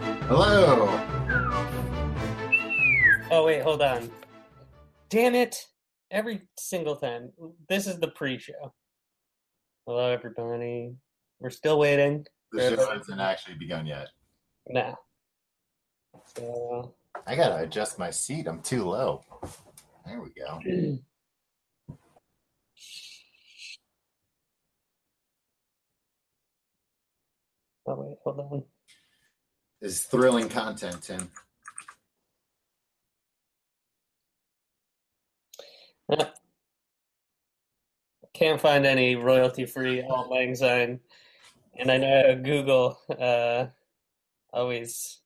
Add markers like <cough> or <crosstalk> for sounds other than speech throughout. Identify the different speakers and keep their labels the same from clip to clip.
Speaker 1: Hello.
Speaker 2: Oh wait, hold on. Damn it! Every single time. This is the pre-show. Hello, everybody. We're still waiting.
Speaker 1: The show hasn't actually begun yet.
Speaker 2: No. So,
Speaker 1: I gotta adjust my seat. I'm too low. There we go.
Speaker 2: oh wait, hold on.
Speaker 1: This is thrilling content, Tim.
Speaker 2: Can't find any royalty-free Auld Lang Syne, and I know Google uh, always.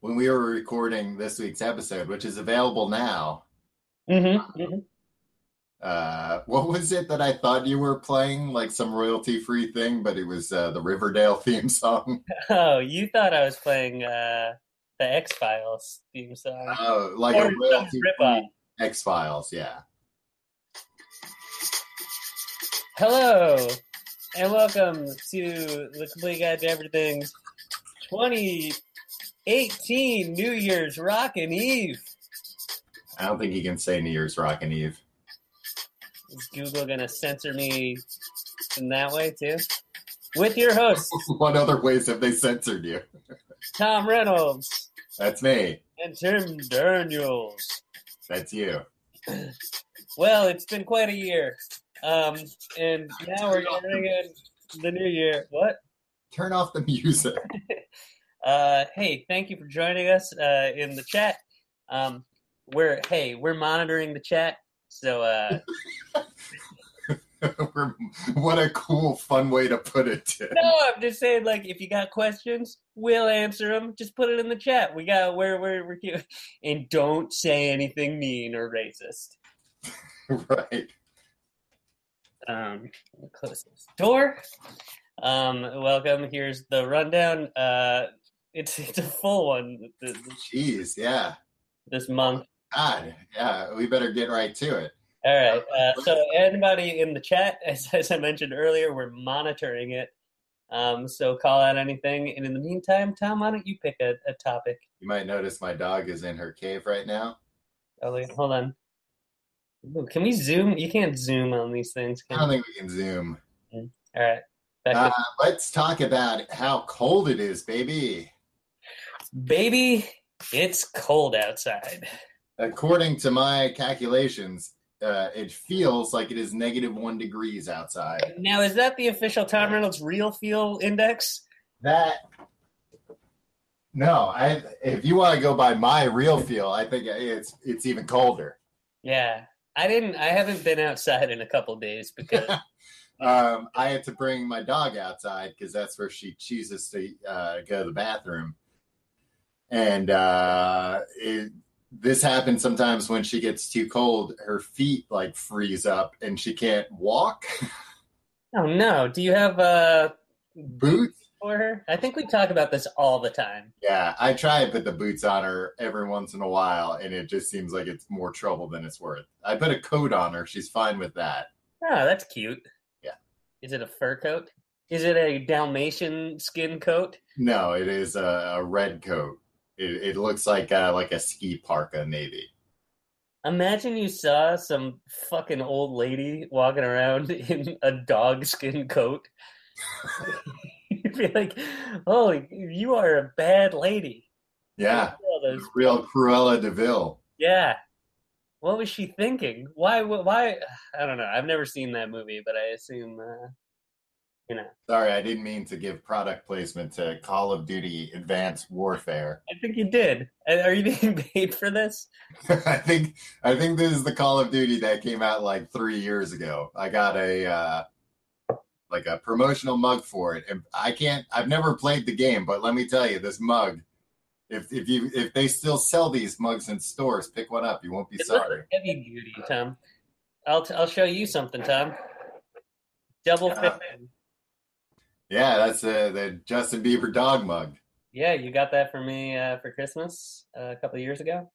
Speaker 1: When we were recording this week's episode, which is available now,
Speaker 2: <laughs> Mm-hmm,
Speaker 1: uh, what was it that I thought you were playing? Like some royalty free thing, but it was uh, the Riverdale <laughs> theme song.
Speaker 2: Oh, you thought I was playing uh, the X Files theme song?
Speaker 1: Oh, like
Speaker 2: Or
Speaker 1: a
Speaker 2: some
Speaker 1: royalty
Speaker 2: ripoff.
Speaker 1: free X Files, yeah.
Speaker 2: Hello, and welcome to the Complete Guide to Everything's 2018 New Year's Rockin' Eve.
Speaker 1: I don't think you can say New Year's Rockin' Eve. <laughs>
Speaker 2: Is Google gonna censor me in that way too? With your hosts,
Speaker 1: what other ways have they censored you?
Speaker 2: Tom Reynolds
Speaker 1: That's me.
Speaker 2: and Tim Daniels.
Speaker 1: That's you.
Speaker 2: Well, it's been quite a year, um, and now we're entering in the new year. What?
Speaker 1: Turn off the <laughs> music.
Speaker 2: Uh, hey, thank you for joining us uh, in the chat. Um, we're hey, we're monitoring the chat, so uh,
Speaker 1: <laughs> We're- what a cool, fun way to put it. <laughs> Tim.
Speaker 2: <laughs> no, I'm just saying like if you got questions, we'll answer them. Just put it in the chat. We got where where we're cute, <laughs> and don't say anything mean or racist.
Speaker 1: right.
Speaker 2: Um, close this door. Um, welcome. Here's the rundown. Uh, it's it's a full one th- th-
Speaker 1: Jeez, yeah.
Speaker 2: this month.
Speaker 1: God, yeah. We better get right to it.
Speaker 2: All right. Uh, so anybody in the chat, <laughs> as, as I mentioned earlier, we're monitoring it. Um, so call out anything. And in the meantime, Tom, why don't you pick a, a topic?
Speaker 1: You might notice my dog is in her cave right now.
Speaker 2: Oh, wait, hold on. Ooh, Can we zoom? You can't zoom on these things.
Speaker 1: I
Speaker 2: Can
Speaker 1: don't think we can zoom.
Speaker 2: All right. Back
Speaker 1: Uh, let's talk about how cold it is, baby.
Speaker 2: to- Baby, it's cold outside.
Speaker 1: According to my calculations, uh, it feels like it is negative one degrees outside.
Speaker 2: Now, is that the official Tom Reynolds Real Feel Index?
Speaker 1: That. No, I. If you want to go by my real feel, I think it's it's even colder.
Speaker 2: Yeah. I didn't. I haven't been outside in a couple days because
Speaker 1: um, I had to bring my dog outside because that's where she chooses to uh, go to the bathroom. And uh, it, this happens sometimes when she gets too cold, her feet like freeze up and she can't walk.
Speaker 2: oh no, do you have uh
Speaker 1: Boots?
Speaker 2: for her. I think we talk about this all the time.
Speaker 1: Yeah, I try and put the boots on her every once in a while, and it just seems like it's more trouble than it's worth. I put a coat on her; she's fine with that.
Speaker 2: Oh, that's cute.
Speaker 1: Yeah.
Speaker 2: Is it a fur coat? Is it a Dalmatian skin coat?
Speaker 1: No, it is a, a red coat. It, it looks like uh, like a ski parka, maybe.
Speaker 2: Imagine you saw some fucking old lady walking around <laughs> in a dog skin coat. <laughs> You'd be like, "Oh, you are a bad lady."
Speaker 1: Yeah,
Speaker 2: All
Speaker 1: The
Speaker 2: those-
Speaker 1: real Cruella Deville.
Speaker 2: yeah. What was she thinking? Why? Why? I don't know. I've never seen that movie, but I assume, uh, you know.
Speaker 1: Sorry, I didn't mean to give product placement to Call of Duty Advanced Warfare. <laughs>
Speaker 2: I think you did. Are you being <laughs> paid for this?
Speaker 1: I think I think this is the Call of Duty that came out like three years ago. I got a uh, like a promotional mug for it, and I can't. I've never played the game, but let me tell you, this mug. If if you if they still sell these mugs in stores, pick one up. You won't be
Speaker 2: It looks
Speaker 1: sorry.
Speaker 2: Heavy duty, Tom. I'll t- I'll show you something, Tom. Double fit.
Speaker 1: Uh. Yeah, that's uh, the Justin Bieber dog mug.
Speaker 2: Yeah, you got that for me uh, for Christmas uh, a couple of years ago.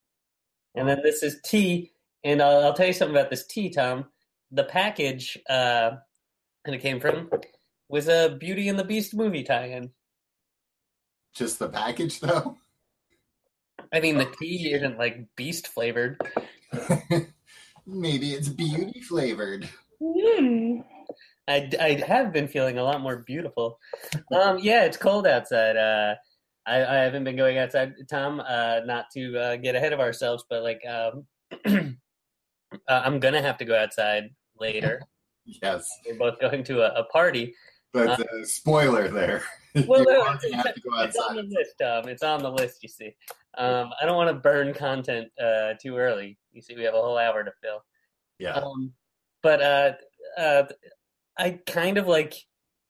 Speaker 2: And then this is tea, and I'll, I'll tell you something about this tea, Tom. The package uh, that it came from was a Beauty and the Beast movie tie-in.
Speaker 1: Just the package, though. <laughs>
Speaker 2: I mean, the tea isn't like beast flavored.
Speaker 1: Maybe it's beauty flavored.
Speaker 2: Mm. I, I have been feeling a lot more beautiful. Um, yeah, it's cold outside. Uh, I, I haven't been going outside, Tom. Uh, not to uh, get ahead of ourselves, but like, um, <clears throat> uh, I'm gonna have to go outside later.
Speaker 1: Yes,
Speaker 2: We're both going to a, a party.
Speaker 1: but uh, spoiler there. <laughs>
Speaker 2: Well,
Speaker 1: You
Speaker 2: no,
Speaker 1: are gonna have to go
Speaker 2: It's on
Speaker 1: outside.
Speaker 2: the list, Tom. It's on the list. You see, um, I don't want to burn content uh, too early. You see, we have a whole hour to fill.
Speaker 1: Yeah,
Speaker 2: Um, but uh, uh, I kind of like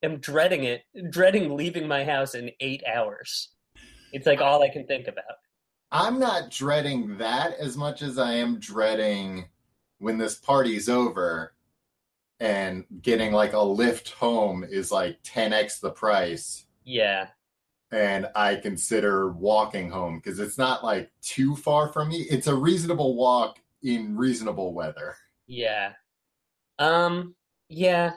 Speaker 2: am dreading it, dreading leaving my house in eight hours. It's like all I can think about.
Speaker 1: I'm not dreading that as much as I am dreading when this party's over and getting like a lift home is like 10x the price
Speaker 2: Yeah,
Speaker 1: and I consider walking home because it's not like too far from me. It's a reasonable walk in reasonable weather.
Speaker 2: yeah, um, yeah.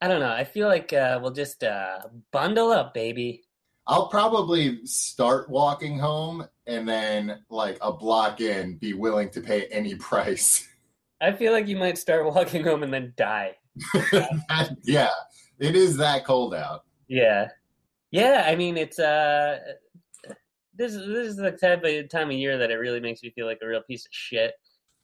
Speaker 2: I don't know. I feel like uh, we'll just uh, bundle up, baby.
Speaker 1: I'll probably start walking home and then, like a block in, be willing to pay any <laughs> price.
Speaker 2: I feel like you might start <laughs> walking home and then die.
Speaker 1: yeah, it is that cold out.
Speaker 2: Yeah, yeah. I mean, it's uh, this this is the type of time of year that it really makes me feel like a real piece of shit.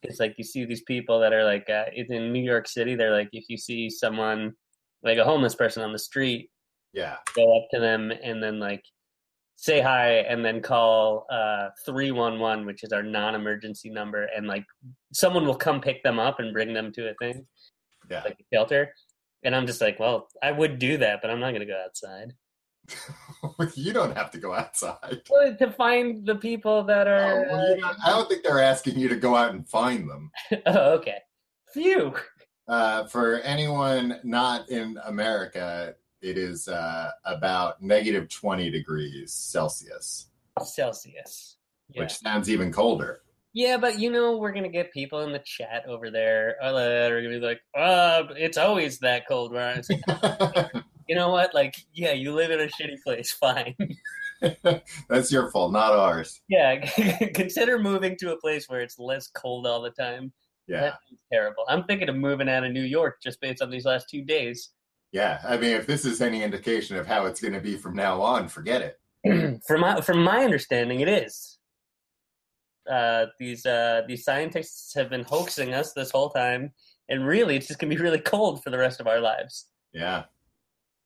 Speaker 2: It's like you see these people that are like uh, it's in New York City. They're like, if you see someone like a homeless person on the street,
Speaker 1: Yeah,
Speaker 2: go up to them and then like say hi and then call uh 311 which is our non-emergency number and like someone will come pick them up and bring them to a thing
Speaker 1: yeah.
Speaker 2: like a shelter and i'm just like well i would do that but i'm not going to go outside
Speaker 1: <laughs> you don't have to go outside.
Speaker 2: well, to find the people that
Speaker 1: Oh,
Speaker 2: are uh,
Speaker 1: well, you don't- I don't think they're asking you to go out and find them.
Speaker 2: <laughs> oh, okay phew
Speaker 1: Uh, for anyone not in America, it is uh, about negative 20 degrees Celsius,
Speaker 2: celsius yeah.
Speaker 1: which sounds even colder. <laughs>
Speaker 2: yeah, but you know we're gonna get people in the chat over there uh, that are gonna be like, "Uh, it's always that cold." Where I was like, you know what? Like, yeah, you live in a shitty place. <laughs> Fine.
Speaker 1: That's your fault, not ours.
Speaker 2: Yeah, <laughs> consider moving to a place where it's less cold all the time.
Speaker 1: Yeah.
Speaker 2: It's terrible. I'm thinking of moving out of New York just based on these last two days.
Speaker 1: Yeah. I mean, if this is any indication of how it's going to be from now on, forget it.
Speaker 2: <clears throat> from my from my understanding, it is. Uh, these uh, these scientists have been hoaxing us this whole time, and really, it's just gonna be really cold for the rest of our lives. <clears throat>
Speaker 1: Yeah.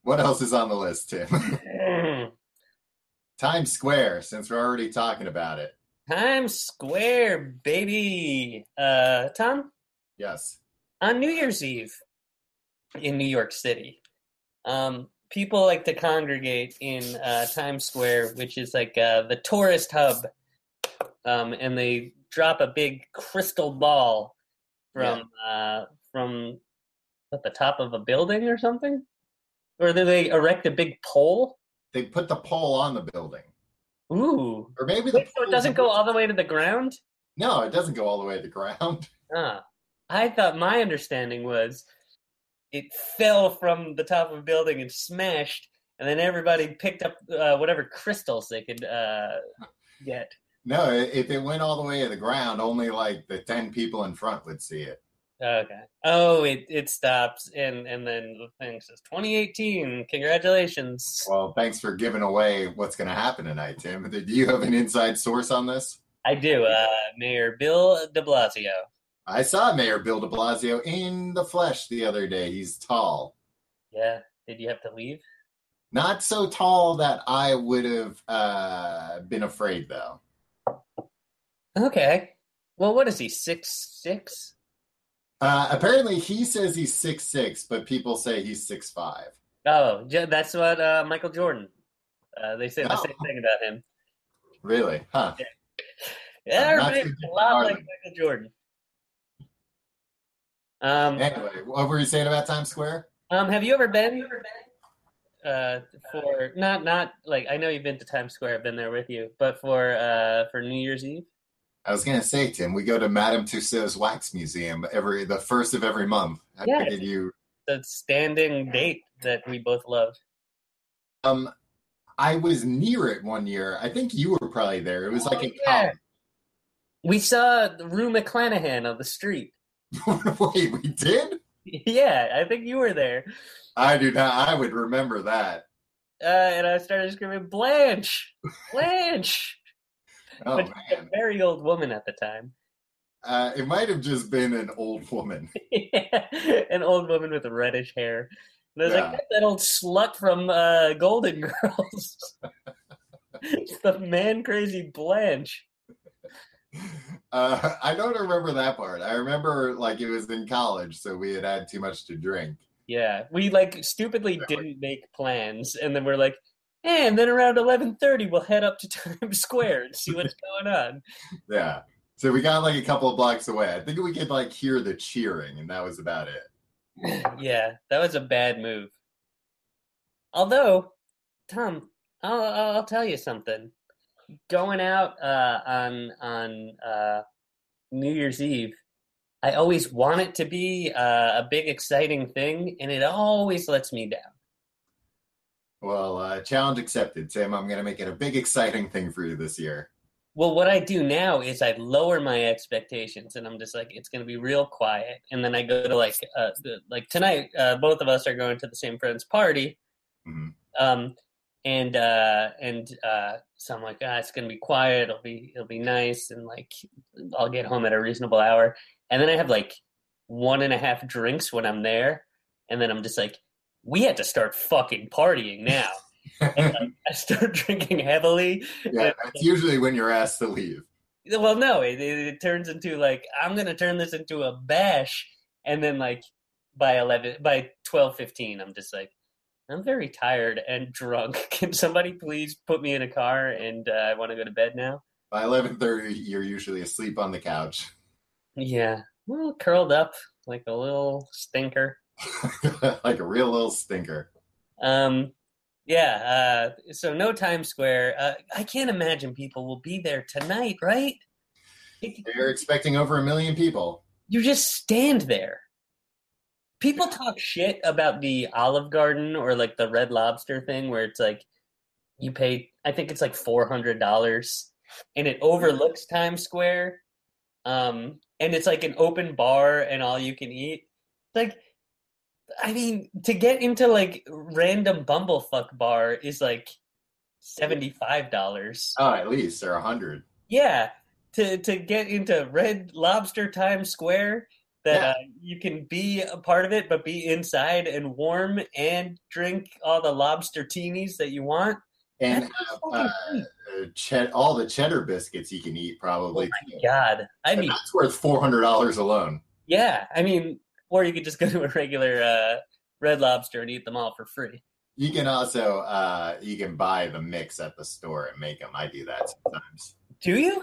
Speaker 1: What else is on the list, Tim? <laughs> Times Square, since we're already talking about it.
Speaker 2: Times Square, baby. Uh, Tom,
Speaker 1: Yes.
Speaker 2: on New Year's Eve in New York City, um, people like to congregate in uh, Times Square, which is like uh, the tourist hub, um, and they drop a big crystal ball from uh, from at the top of a building or something, or do they erect a big pole?
Speaker 1: They put the pole on the building. <laughs>
Speaker 2: Ooh,
Speaker 1: Or maybe the
Speaker 2: Wait, so
Speaker 1: pole-
Speaker 2: it doesn't go all the way to the ground.
Speaker 1: No, it doesn't go all the way to the ground. <laughs>
Speaker 2: Ah, I thought my understanding was it fell from the top of a building and smashed, and then everybody picked up uh, whatever crystals they could uh, get.
Speaker 1: No, i- if it went all the way to the ground, only like the 10 people in front would see it.
Speaker 2: Okay. Oh, it, it stops, and, and then the thing says 2018. Congratulations.
Speaker 1: Well, thanks for giving away what's going to happen tonight, Tim. <laughs> Do you have an inside source on this?
Speaker 2: I do. Uh, Mayor Bill de Blasio.
Speaker 1: I saw Mayor Bill de Blasio in the flesh the other day. He's tall.
Speaker 2: Yeah. Did you have to leave?
Speaker 1: Not so tall that I would have uh, been afraid, though.
Speaker 2: Okay. Well, what is he? Six six?
Speaker 1: Uh, apparently, he says he's six six, but people say he's six five.
Speaker 2: Oh, J- that's what uh, Michael Jordan. Uh, they say the
Speaker 1: Oh.
Speaker 2: same thing about him.
Speaker 1: Really? Huh.
Speaker 2: Yeah,
Speaker 1: I'm not
Speaker 2: everybody's
Speaker 1: too
Speaker 2: a lot like
Speaker 1: Harlem.
Speaker 2: Michael Jordan. Um,
Speaker 1: Anyway, what were you saying about Times Square?
Speaker 2: um, have you ever been? Uh, for not not like I know you've been to Times Square. I've been there with you, but for uh for New Year's Eve.
Speaker 1: I was gonna say, Tim, we go to Madame Tussauds Wax Museum every the first of every month. I
Speaker 2: Yeah.
Speaker 1: figured you
Speaker 2: The standing date that we both love.
Speaker 1: Um, I was near it one year. I think you were probably there. It was like
Speaker 2: Oh,
Speaker 1: in
Speaker 2: yeah. We saw Rue McClanahan on the street. <laughs>
Speaker 1: college. <laughs> Wait, we did?
Speaker 2: Yeah, I think you were there.
Speaker 1: I do not. I would remember that.
Speaker 2: Uh, and I started screaming, Blanche! Blanche! <laughs>
Speaker 1: Oh
Speaker 2: But she was a
Speaker 1: man,
Speaker 2: very old woman at the time.
Speaker 1: uh, it might have just been an old woman.
Speaker 2: <laughs> An old woman with reddish hair. And I was
Speaker 1: Yeah.
Speaker 2: like, that's that old slut from uh, Golden <laughs> Girls. it's the man crazy Blanche.
Speaker 1: <laughs> Uh, I don't remember that part. I remember like it was in college, so we had had too much to drink.
Speaker 2: Yeah, we like stupidly
Speaker 1: Yeah, like-
Speaker 2: didn't make plans, and then we're like, "Eh, and then around eleven thirty, we'll head up to <laughs> Times Square and
Speaker 1: <laughs>
Speaker 2: see what's going on.
Speaker 1: Yeah. So we got like a couple of blocks away. I think we could like hear the cheering, and that was about it.
Speaker 2: Yeah, that was a bad move. Although, Tom, I'll I'll I'll tell you something. Going out uh, on on uh, New Year's Eve, I always want it to be uh, a big exciting thing, and it always lets me down.
Speaker 1: Well, uh, challenge accepted, Tim. I'm gonna make it a big, exciting thing for you this year. <laughs>
Speaker 2: Well, what I do now is I lower my expectations, and I'm just like, it's going to be real quiet. And then I go to like, uh, the- like tonight, uh, both of us are going to the same friend's party,
Speaker 1: Mhm.
Speaker 2: um, and uh, and uh, so I'm like, ah, it's going to be quiet. It'll be it'll be nice, and like, I'll get home at a reasonable hour. And then I have like one and a half drinks when I'm there, and then I'm just like, we had to start fucking partying now. <laughs> and, like, I start drinking heavily.
Speaker 1: Yeah, that's usually when you're asked to leave.
Speaker 2: well no it, it, it turns into like i'm gonna turn this into a bash and then like by 11 by twelve i'm just like i'm very tired and drunk <laughs> can somebody please put me in a car and uh, i want to go to bed now
Speaker 1: By 11:30, you're usually asleep on the couch. <laughs>
Speaker 2: yeah well curled up like a little stinker
Speaker 1: like a real little stinker.
Speaker 2: um yeah uh so no times square uh, i can't imagine people will be there tonight right
Speaker 1: They're expecting over a million people.
Speaker 2: you just stand there. People talk shit about the Olive Garden or like the Red Lobster thing where it's like you pay I think it's like $400 and it overlooks Times Square. Um and it's like an open bar and all you can eat. Like I mean to get into like random bumblefuck bar is like $75.
Speaker 1: Oh, at least or a hundred.
Speaker 2: Yeah, to to get into Red Lobster Times Square, that
Speaker 1: Yeah.
Speaker 2: uh, you can be a part of it, but be inside and warm and drink all the lobster teenies that you want.
Speaker 1: And
Speaker 2: That's
Speaker 1: have
Speaker 2: fucking
Speaker 1: uh,
Speaker 2: great.
Speaker 1: ched- all the cheddar biscuits you can eat,
Speaker 2: Oh
Speaker 1: probably. too.
Speaker 2: God, I
Speaker 1: And
Speaker 2: mean,
Speaker 1: that's worth four hundred dollars alone.
Speaker 2: yeah, I mean, or you could just go to a regular uh, Red Lobster and eat them all for free.
Speaker 1: You can also uh, you can buy the mix at the store and make them. I do that sometimes.
Speaker 2: Do you?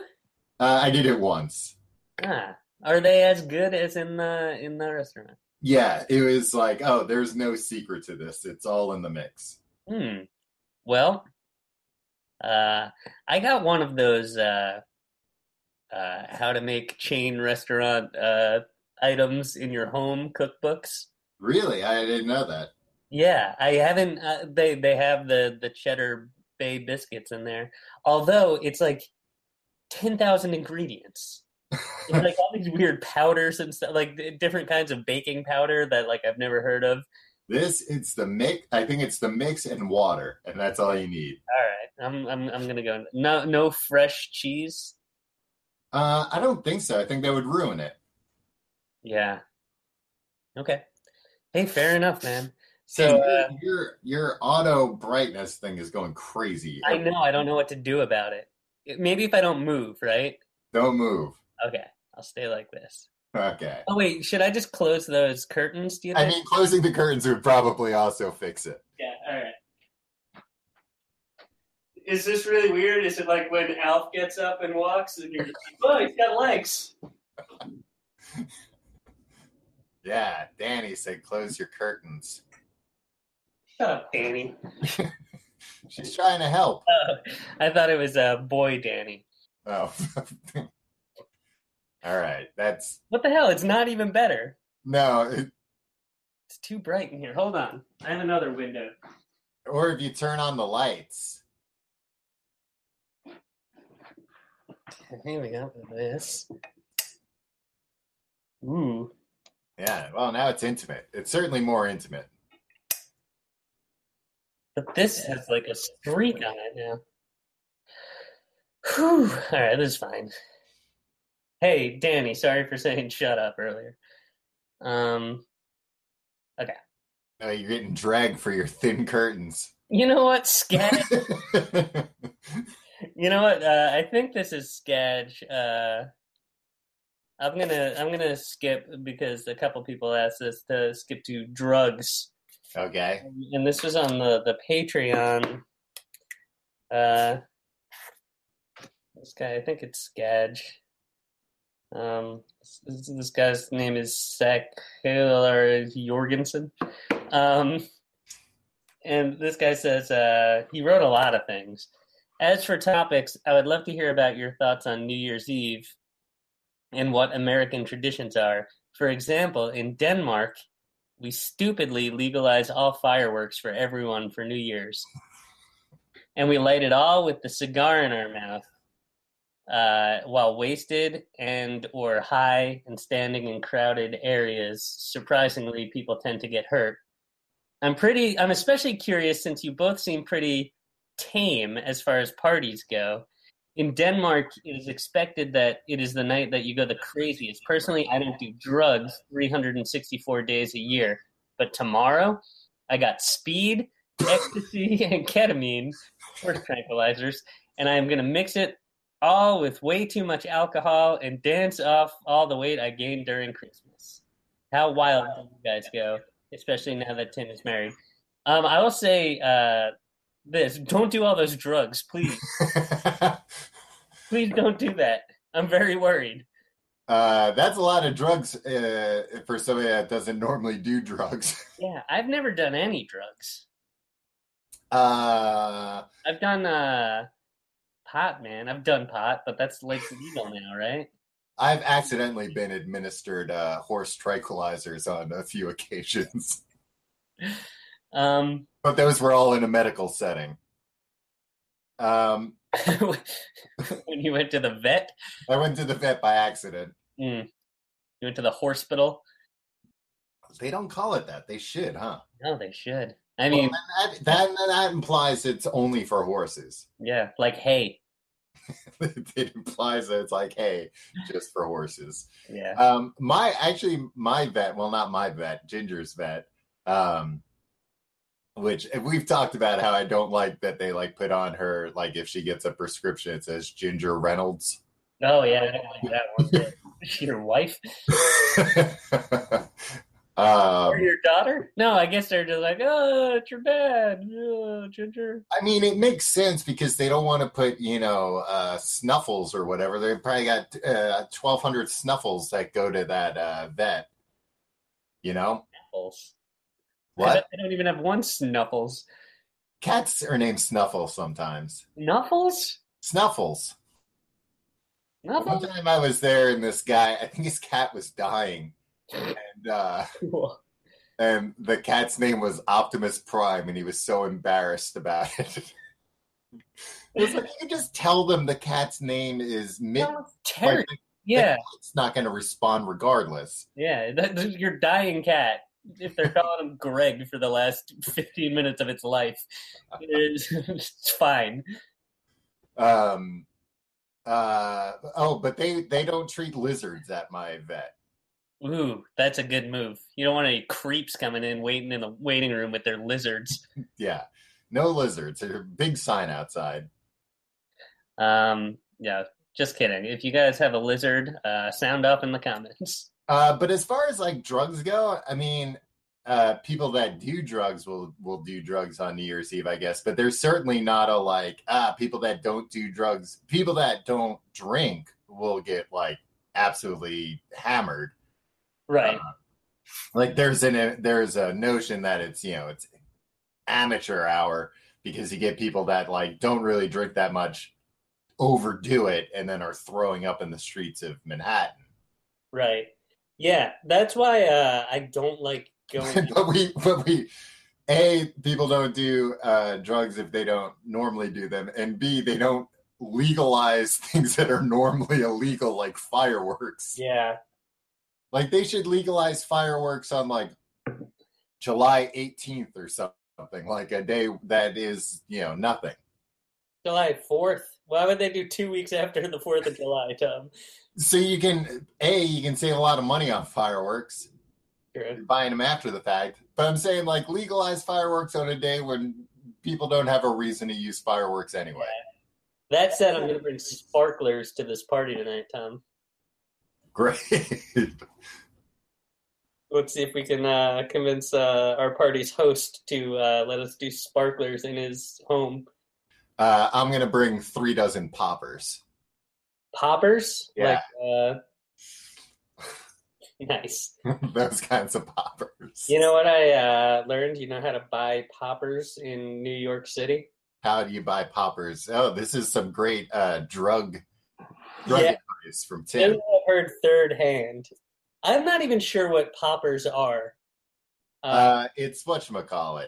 Speaker 1: Uh, I did it once.
Speaker 2: Ah, are they as good as in the in the restaurant?
Speaker 1: Yeah, it was like, oh, there's no secret to this. It's all in the mix.
Speaker 2: Hmm. Well, uh, I got one of those uh, uh, how to make chain restaurant uh, items in your home cookbooks.
Speaker 1: Really, I didn't know that.
Speaker 2: Yeah, I haven't. Uh, they they have the the cheddar bay biscuits in there, although it's like ten thousand ingredients. It's like all these weird powders and stuff, like d- different kinds of baking powder that like I've never heard of.
Speaker 1: This it's the mix. I think it's the mix and water, and that's all you need.
Speaker 2: All right, I'm I'm I'm gonna go. No no fresh cheese.
Speaker 1: Uh, I don't think so. I think that would ruin it.
Speaker 2: Yeah. Okay. Hey, fair enough, man.
Speaker 1: Tim,
Speaker 2: So uh,
Speaker 1: your your auto brightness thing is going crazy.
Speaker 2: I know I don't know what to do about it. It- Maybe if I don't move, right?
Speaker 1: Don't move.
Speaker 2: Okay, I'll stay like this.
Speaker 1: Okay.
Speaker 2: Oh wait, should I just close those curtains? Do you
Speaker 1: I
Speaker 2: think?
Speaker 1: mean, closing the curtains would probably also fix it.
Speaker 2: yeah. All right. Is this really weird? Is it like when Alf gets up and walks, and you're like, "Oh, he's got legs."
Speaker 1: Yeah, Danny said, close your curtains.
Speaker 2: Shut up, Danny.
Speaker 1: She's trying to help.
Speaker 2: I thought it was uh, boy Danny.
Speaker 1: Oh. <laughs> All right. That's
Speaker 2: What the hell? It's not even better.
Speaker 1: no. It,
Speaker 2: It's too bright in here. Hold on. I have another window.
Speaker 1: or if you turn on the lights,
Speaker 2: Here we go. This. Ooh.
Speaker 1: Yeah. Well, now it's intimate. It's certainly more intimate.
Speaker 2: But this has like a streak on it now. Whew. All right, this is fine. Hey, Danny, sorry for saying shut up earlier. Um,
Speaker 1: Uh, you're getting dragged for your thin curtains.
Speaker 2: you know what,
Speaker 1: <laughs>
Speaker 2: Sketch? you know what? Uh, I think this is Sketch. Uh, I'm gonna I'm gonna skip because a couple people asked us to skip to drugs.
Speaker 1: okay. <laughs>
Speaker 2: and this was on the the Patreon. Uh, this guy, I think it's Skadge. Um, this, this guy's name is Sakular Jorgensen. Um, and this guy says uh, he wrote a lot of things. As for topics, I would love to hear about your thoughts on New Year's Eve and what American traditions are. For example, in Denmark, we stupidly legalize all fireworks for everyone for New Year's. And we light it all with the cigar in our mouth uh, while wasted and or high and standing in crowded areas. Surprisingly, people tend to get hurt. I'm pretty I'm especially curious since you both seem pretty tame as far as parties go. In Denmark, it is expected that it is the night that you go the craziest. Personally, I don't do drugs 364 days a year, but tomorrow I got speed, ecstasy, <laughs> and ketamine, horse tranquilizers, and I am going to mix it all with way too much alcohol and dance off all the weight I gained during Christmas. How wild do you guys go, especially now that Tim is married? Um, I will say uh, this don't do all those drugs, please. Please don't do that. I'm very worried.
Speaker 1: uh, that's a lot of drugs uh, for somebody that doesn't normally do drugs. <laughs>
Speaker 2: Yeah, I've never done any drugs.
Speaker 1: Uh,
Speaker 2: I've done uh pot, man. I've done pot, but that's like legal now, right?
Speaker 1: I've accidentally been administered uh, horse tranquilizers on a few <laughs> occasions,
Speaker 2: Um <laughs>
Speaker 1: but those were all in a medical setting. Um,
Speaker 2: when you went to the vet,
Speaker 1: I went to the vet by accident.
Speaker 2: mm, you went to the hospital.
Speaker 1: They don't call it that. They should, huh?
Speaker 2: No, they should. I mean,
Speaker 1: Well, that, that that implies it's only for horses. <laughs>
Speaker 2: yeah, like hey,
Speaker 1: it implies that it's like, hey, just for horses.
Speaker 2: yeah,
Speaker 1: Um, my actually, my vet, well, not my vet, Ginger's vet, um, which and we've talked about how I don't like that they like put on her like if she gets a prescription, it says Ginger Reynolds. <laughs>
Speaker 2: oh yeah, I don't like that one. <laughs> your wife or
Speaker 1: um,
Speaker 2: your daughter? No, I guess they're just like, oh, it's your dad, oh, Ginger.
Speaker 1: I mean, it makes sense because they don't want to put, you know, uh, snuffles or whatever. They probably got uh, 1,200 snuffles that go to that uh, vet. You know?
Speaker 2: Snuffles. I
Speaker 1: What?
Speaker 2: don't- I don't even have one snuffles.
Speaker 1: Cats are named Snuffle sometimes.
Speaker 2: Snuffles?
Speaker 1: Snuffles. One
Speaker 2: Snuffles?
Speaker 1: time I was there and this guy, I think his cat was dying. And uh,
Speaker 2: Cool.
Speaker 1: and the cat's name was Optimus Prime and he was so embarrassed about it. it was like you can just tell them the cat's name is Mitt.
Speaker 2: Sounds terrible.
Speaker 1: Like,
Speaker 2: Yeah,
Speaker 1: It's not going to respond regardless.
Speaker 2: yeah. That, that- your dying cat, if they're calling him Greg for the last <laughs> 15 minutes of its life, it's, <laughs> it's fine.
Speaker 1: Um, uh, oh, but they they don't treat lizards at my vet.
Speaker 2: Ooh, that's a good move. You don't want any creeps coming in waiting in the waiting room with their lizards.
Speaker 1: Yeah, no lizards. There's a big sign outside.
Speaker 2: Um, yeah, just kidding. If you guys have a lizard, uh, sound off in the comments.
Speaker 1: Uh, but as far as like drugs go, I mean, uh, people that do drugs will will do drugs on New Year's Eve, I guess. But there's certainly not a like ah people that don't do drugs, people that don't drink will get like absolutely hammered.
Speaker 2: <laughs> Right.
Speaker 1: like there's an there's a notion that it's you know it's amateur hour because you get people that like don't really drink that much overdo it and then are throwing up in the streets of manhattan
Speaker 2: Right. Yeah, that's why uh, I don't like
Speaker 1: <laughs>
Speaker 2: going.
Speaker 1: but we but we a people don't do uh drugs if they don't normally do them and b they don't legalize <laughs> things that are normally illegal, like fireworks.
Speaker 2: Yeah.
Speaker 1: Like they should legalize fireworks on like July 18th or something, like a day that is, you know, nothing.
Speaker 2: July 4th. Why would they do two weeks after the 4th of July, Tom?
Speaker 1: So you can, A, you can save a lot of money on fireworks,
Speaker 2: True.
Speaker 1: buying them after the fact. But I'm saying like legalize fireworks on a day when people don't have a reason to use fireworks anyway.
Speaker 2: That said, I'm going to bring sparklers to this party tonight, Tom.
Speaker 1: Great. <laughs>
Speaker 2: Let's see if we can uh, convince uh, our party's host to uh, let us do sparklers in his home.
Speaker 1: Uh, I'm gonna bring three dozen poppers. <laughs>
Speaker 2: Poppers?
Speaker 1: Yeah.
Speaker 2: Like, uh... <laughs> Nice.
Speaker 1: Those kinds of poppers.
Speaker 2: You know what I uh, learned? You know how to buy poppers in New York City?
Speaker 1: How do you buy poppers? Oh, this is some great uh, drug drug
Speaker 2: Yeah.
Speaker 1: advice from
Speaker 2: This
Speaker 1: Tim.
Speaker 2: is what I heard third hand. I'm not even sure what poppers are. Uh,
Speaker 1: Uh, it's whatchamacallit.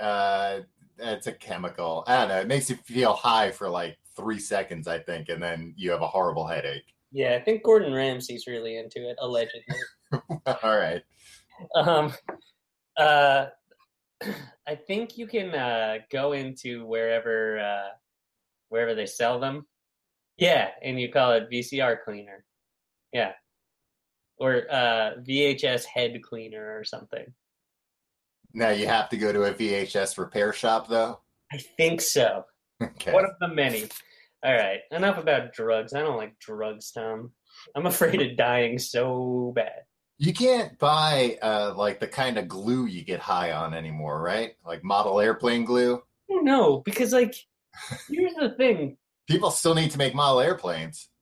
Speaker 1: Uh, it's a chemical. I don't know. It makes you feel high for like three seconds, I think, and then you have a horrible headache. <laughs>
Speaker 2: yeah, I think Gordon Ramsay's really into it, allegedly.
Speaker 1: All right.
Speaker 2: um, uh, <clears throat> I think you can uh, go into wherever uh, wherever they sell them. Yeah, and you call it VCR cleaner. Yeah, or uh, VHS head cleaner or something.
Speaker 1: Now you have to go to a VHS repair shop, though. <laughs>
Speaker 2: I think so.
Speaker 1: Okay.
Speaker 2: One of the many. All right, enough about drugs. I don't like drugs, Tom. I'm afraid of dying so bad.
Speaker 1: You can't buy uh, like the kind of glue you get high on anymore, right? Like model airplane glue.
Speaker 2: No, because like, here's the thing.
Speaker 1: People still need to make model airplanes. <laughs>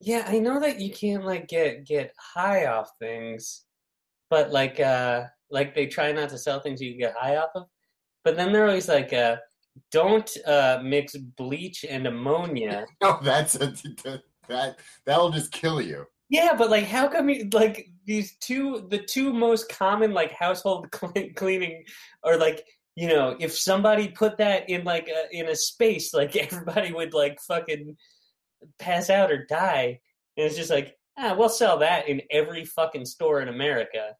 Speaker 2: Yeah, I know that you can't like get get high off things, but like uh like they try not to sell things you can get high off of. But then they're always like, uh, don't uh mix bleach and ammonia.
Speaker 1: No, that's a, <laughs> that that'll just kill you.
Speaker 2: Yeah, but like, how come you like these two? The two most common like household <laughs> cle- cleaning are like you know if somebody put that in like a, in a space, like <laughs> everybody would like fucking pass out or die, and it's just like ah, we'll sell that in every fucking store in America.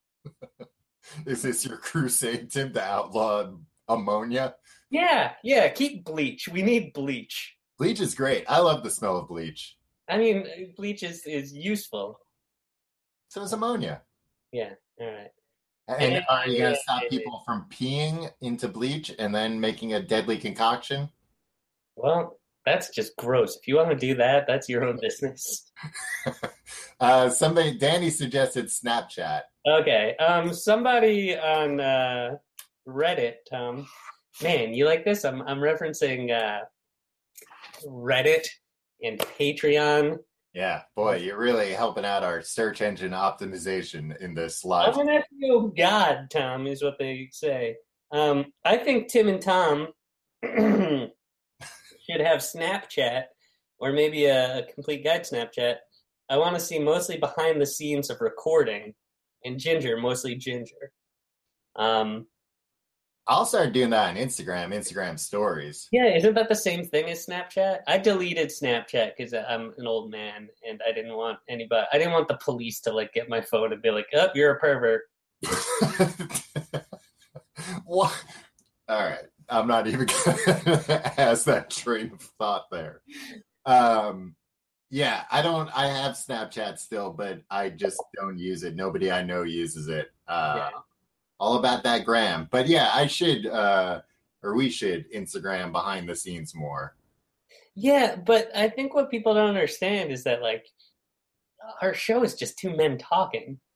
Speaker 1: Is this your crusade, Tim, to outlaw ammonia?
Speaker 2: Yeah, yeah, keep bleach. We need bleach.
Speaker 1: Bleach is great. I love the smell of bleach.
Speaker 2: I mean, uh, bleach is is useful.
Speaker 1: So is ammonia.
Speaker 2: All right.
Speaker 1: And
Speaker 2: And- uh,
Speaker 1: are you going
Speaker 2: yeah,
Speaker 1: to stop
Speaker 2: yeah,
Speaker 1: people from peeing into bleach and then making a deadly concoction?
Speaker 2: Well, that's just gross. If you want to do that, that's your own business. <laughs>
Speaker 1: Uh, somebody, Danny suggested Snapchat.
Speaker 2: Okay. Um, somebody on uh, Reddit, Tom. Man, you like this? I'm I'm referencing uh, Reddit and Patreon.
Speaker 1: Yeah, boy, you're really helping out our search engine optimization in this
Speaker 2: I'm
Speaker 1: live.
Speaker 2: an SEO god, Tom, is what they say. Um, I think Tim and Tom <clears throat> should have Snapchat or maybe a, a complete guide Snapchat. I want to see mostly behind the scenes of recording and Ginger, mostly Ginger. Um,
Speaker 1: I'll start doing that on Instagram, Instagram
Speaker 2: <laughs>
Speaker 1: stories. <laughs>
Speaker 2: Yeah, isn't that the same thing as Snapchat? I deleted Snapchat because I'm an old man and I didn't want anybody. I didn't want the police to like get my phone and be like, "Oh, you're a pervert."
Speaker 1: what? All right, I'm not even <laughs> going to ask that train of thought there. Um, yeah, I don't. I have Snapchat still, but I just don't use it. Nobody I know uses it. Uh, All about that gram. But yeah, I should, uh, or we should, Instagram behind the scenes more.
Speaker 2: Yeah, but I think what people don't understand is that like our show is just two men talking.
Speaker 1: <laughs>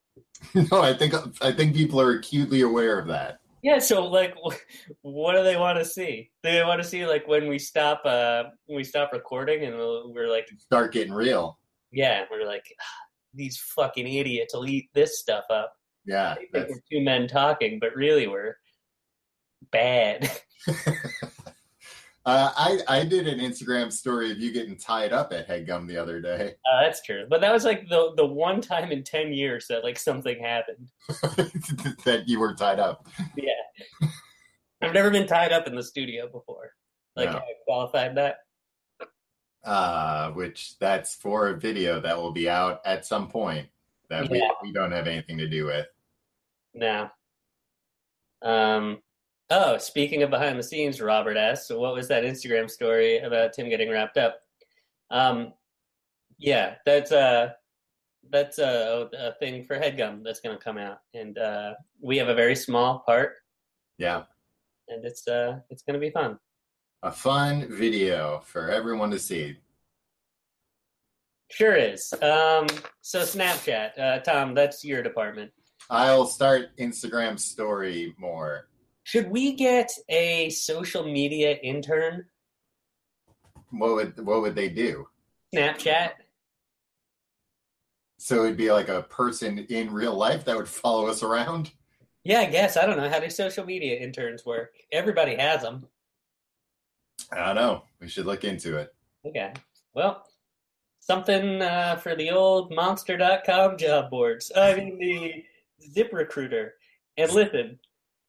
Speaker 1: No, I think I think people are acutely aware of that.
Speaker 2: Yeah, so like, wh- what do they want to see? Do they want to see like when we stop, uh, when we stop recording and we're like,
Speaker 1: Start getting real.
Speaker 2: yeah, we're like, "Ah, these fucking idiots will eat this stuff up.
Speaker 1: Yeah,
Speaker 2: I think
Speaker 1: that's-
Speaker 2: we're two men talking, but really we're bad. <laughs>
Speaker 1: Uh, I I did an Instagram story of you getting tied up at Headgum the other day. <laughs>
Speaker 2: Uh, that's true. But that was like the the one time in ten years that like something happened.
Speaker 1: that you were tied up.
Speaker 2: I've never been tied up in the studio before. Like
Speaker 1: No.
Speaker 2: how I qualified that.
Speaker 1: uh, which that's for a video that will be out at some point that we,
Speaker 2: Yeah.
Speaker 1: we don't have anything to do with.
Speaker 2: No. Um. Oh, speaking of behind the scenes, Robert asked, "So what was that Instagram story about Tim getting wrapped up?" Um. Yeah, that's uh that's a, a thing for headgum that's going to come out, and uh, we have a very small part,
Speaker 1: Yeah.
Speaker 2: and it's uh it's going to be fun.
Speaker 1: A fun video for everyone to see.
Speaker 2: Sure is. Um. So Snapchat, uh, Tom, that's your department.
Speaker 1: I'll start Instagram story more.
Speaker 2: Should we get a social media intern?
Speaker 1: What would what would they do?
Speaker 2: Snapchat?
Speaker 1: So it'd be like a person in real life that would follow us around.
Speaker 2: Yeah, I guess. I don't know. How do social media interns work? Everybody has them.
Speaker 1: I don't know. We should look into it.
Speaker 2: Okay. Well, something uh, for the old monster.com job boards. I mean, the zip recruiter. And listen,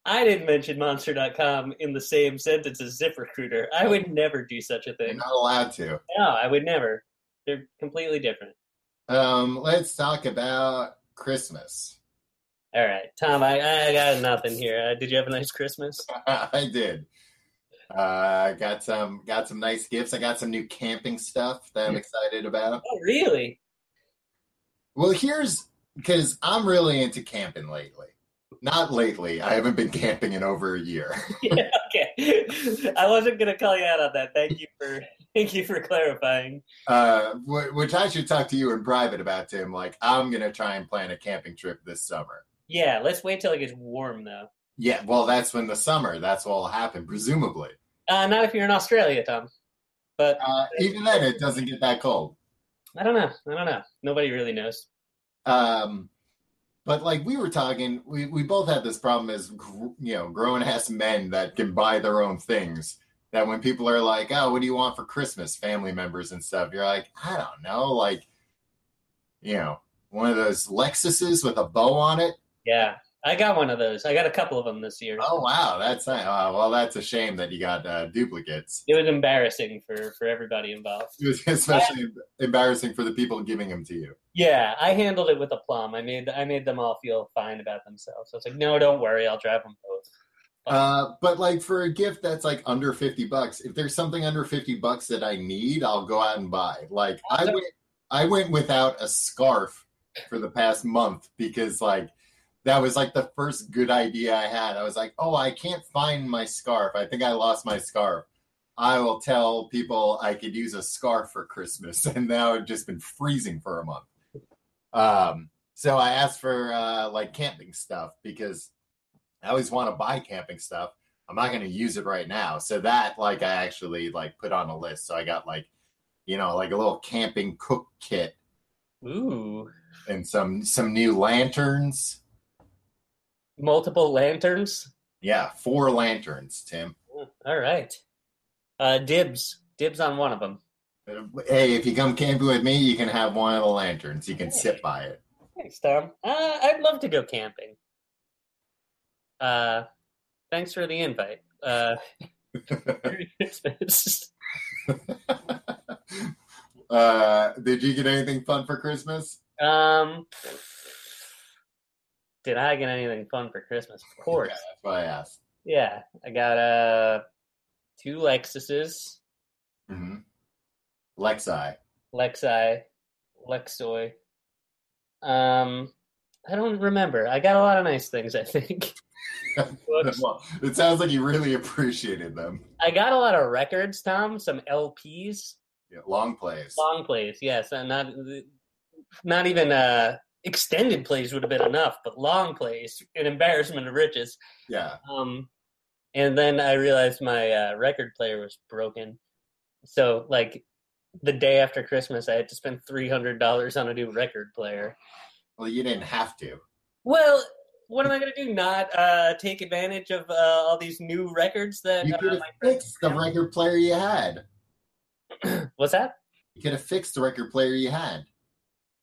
Speaker 2: I didn't mention monster.com in the same sentence as zip recruiter. I would never do such a
Speaker 1: You're
Speaker 2: thing.
Speaker 1: not allowed to.
Speaker 2: No, I would never. They're completely different.
Speaker 1: Um, let's talk about Christmas. <laughs>
Speaker 2: All right, Tom, I, I got nothing here. Uh, did you have a nice Christmas?
Speaker 1: I did. Uh, got some got some nice gifts. I got some new camping stuff that I'm excited about.
Speaker 2: Oh, really?
Speaker 1: Well, here's because I'm really into camping lately. Not lately. I haven't been camping in over a year. <laughs>
Speaker 2: yeah, okay. <laughs> I wasn't gonna call you out on that. Thank you for <laughs> thank you for clarifying.
Speaker 1: Uh, wh- which I should talk to you in private about, Tim. Like, I'm gonna try and plan a camping trip this summer.
Speaker 2: Yeah, let's wait till it gets warm though.
Speaker 1: Yeah, well, that's when the summer. That's what will happen, presumably.
Speaker 2: Uh, not if you're in Australia, Tom. But
Speaker 1: Uh, even then, it doesn't get that cold.
Speaker 2: I don't know. I don't know. Nobody really knows.
Speaker 1: Um, but like we were talking, we, we both had this problem as gr- you know grown ass men that can buy their own things. That when people are like, "Oh, what do you want for Christmas?" Family members and stuff, you're like, "I don't know," like you know, one of those Lexuses with a bow on it.
Speaker 2: Yeah, I got one of those. I got a couple of them this year.
Speaker 1: Oh wow, that's not, uh, well, that's a shame that you got uh, duplicates. <laughs>
Speaker 2: It was embarrassing for for everybody involved.
Speaker 1: It was especially embarrassing for the people giving them to you.
Speaker 2: Yeah, I handled it with a plum. I made I made them all feel fine about themselves. I was like, no, don't worry, I'll drive them both.
Speaker 1: Uh, but like for a gift that's like under 50 bucks, if there's something under 50 bucks that I need, I'll go out and buy. Like I went I went without a scarf for the past month because like that was like the first good idea I had. I was like, "Oh, I can't find my scarf. I think I lost my scarf." I will tell people I could use a scarf for Christmas, <laughs> and now it's just been freezing for a month. Um, so I asked for uh, like camping stuff because I always want to buy camping stuff. I'm not going to use it right now. So that like I actually like put on a list. So I got like you know like a little camping cook kit
Speaker 2: Ooh,
Speaker 1: and some some new lanterns.
Speaker 2: multiple lanterns.
Speaker 1: Yeah, four lanterns, Tim.
Speaker 2: All right. Uh, dibs. Dibs on one of them.
Speaker 1: Hey, if you come camping with me, you can have one of the lanterns. You can sit by it.
Speaker 2: Thanks, Tom. Uh, I'd love to go camping. Uh, thanks for the invite. Uh, <laughs> Merry Christmas.
Speaker 1: Uh, did you get anything fun for Christmas?
Speaker 2: um, did I get anything fun for Christmas? Of course.
Speaker 1: Yeah, that's what I asked.
Speaker 2: Yeah, I got uh two Lexuses,
Speaker 1: hmm Mm-hmm. Lexi.
Speaker 2: Lexi, Lexoi. Um, I don't remember. I got a lot of nice things. I think.
Speaker 1: <laughs>
Speaker 2: Books.
Speaker 1: Well, it sounds like you really appreciated them.
Speaker 2: I got a lot of records, Tom. Some LPs,
Speaker 1: Yeah, long plays.
Speaker 2: long plays. Yes, and not not even uh, extended plays would have been enough, but long plays, an embarrassment of riches.
Speaker 1: Yeah.
Speaker 2: Um, and then I realized my uh, record player was broken, so like the day after Christmas, I had to spend three hundred dollars on a new record player.
Speaker 1: Well, you didn't have to.
Speaker 2: Well. What am I going to do? Not uh, take advantage of uh, all these new records that
Speaker 1: You
Speaker 2: uh,
Speaker 1: could have
Speaker 2: my
Speaker 1: fixed the record player you had.
Speaker 2: what's that?
Speaker 1: You could have fixed the record player you had.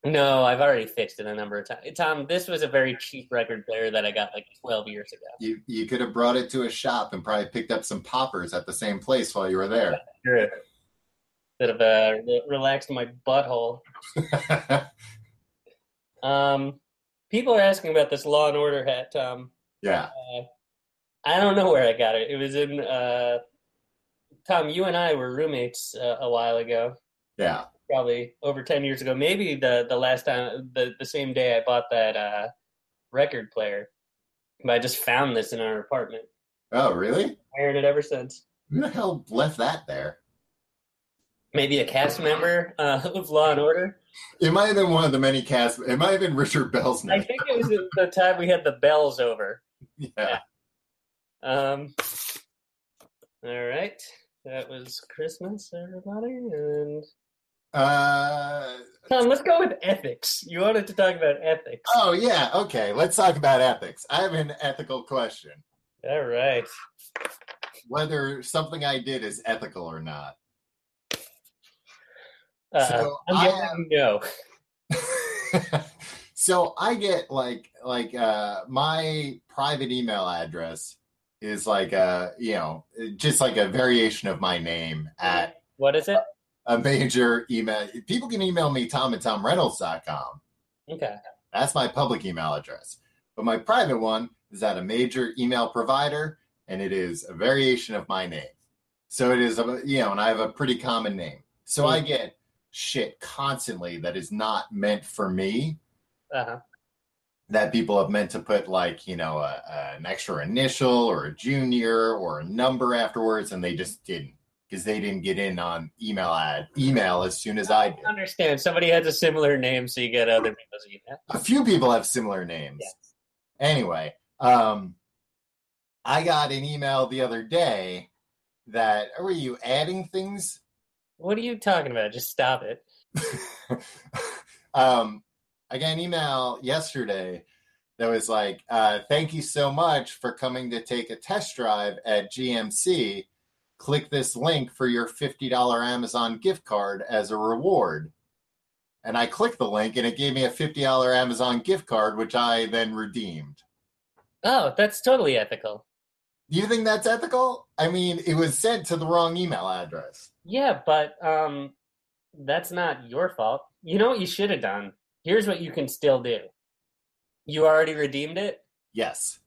Speaker 2: No, I've already fixed it a number of times. Tom, this was a very cheap record player that I got like 12 years ago.
Speaker 1: You you could have brought it to a shop and probably picked up some poppers at the same place while you were there.
Speaker 2: that have uh, re- relaxed my butthole. Um, people are asking about this Law and Order hat, Tom.
Speaker 1: <laughs> yeah.
Speaker 2: I don't know where I got it. It was in uh, Tom. You and I were roommates uh, a while ago,
Speaker 1: Yeah.
Speaker 2: probably over ten years ago. Maybe the the last time, the the same day I bought that uh, record player, but I just found this in our apartment.
Speaker 1: Oh, really?
Speaker 2: Wearing it ever since.
Speaker 1: Who the hell left that there?
Speaker 2: Maybe a cast member uh, <laughs> of Law and Order.
Speaker 1: It might have been one of the many cast. It might have been Richard Bell's
Speaker 2: I
Speaker 1: name.
Speaker 2: think it was at the time we had the bells over.
Speaker 1: <laughs> Yeah.
Speaker 2: Um, all right. That was Christmas, everybody. And
Speaker 1: Uh,
Speaker 2: Tom, let's go with ethics. You wanted to talk about ethics.
Speaker 1: oh, yeah. Okay. Let's talk about ethics. I have an ethical question
Speaker 2: All right.
Speaker 1: whether something I did is ethical or not.
Speaker 2: Uh,
Speaker 1: So
Speaker 2: I'm
Speaker 1: I
Speaker 2: guessing no.
Speaker 1: <laughs> so I get like like uh my private email address is like a you know just like a variation of my name at
Speaker 2: What is it?
Speaker 1: a major email people can email me tom at tomreynolds.com
Speaker 2: Okay.
Speaker 1: that's my public email address but my private one is at a major email provider and it is a variation of my name so it is a you know and i have a pretty common name so i get shit constantly that is not meant for me
Speaker 2: Uh-huh.
Speaker 1: that people have meant to put like you know a, a- an extra initial or a junior or a number afterwards and they just didn't because they didn't get in on email ad email as soon as i did
Speaker 2: I understand. Somebody has a similar name, so you get other people's email.
Speaker 1: a few people have similar names
Speaker 2: Yes.
Speaker 1: anyway um i got an email the other day that were you adding things
Speaker 2: What are you talking about? Just stop it.
Speaker 1: um, I got an email yesterday that was like, uh, "Thank you so much for coming to take a test drive at GMC. Click this link for your fifty dollar Amazon gift card as a reward." And I clicked the link, and it gave me a fifty dollar Amazon gift card, which I then redeemed.
Speaker 2: Oh, that's totally ethical.
Speaker 1: Do you think that's ethical? I mean, it was sent to the wrong email address.
Speaker 2: Yeah, but um, that's not your fault. You know what you should have done? Here's what you can still do. You already redeemed it.
Speaker 1: Yes,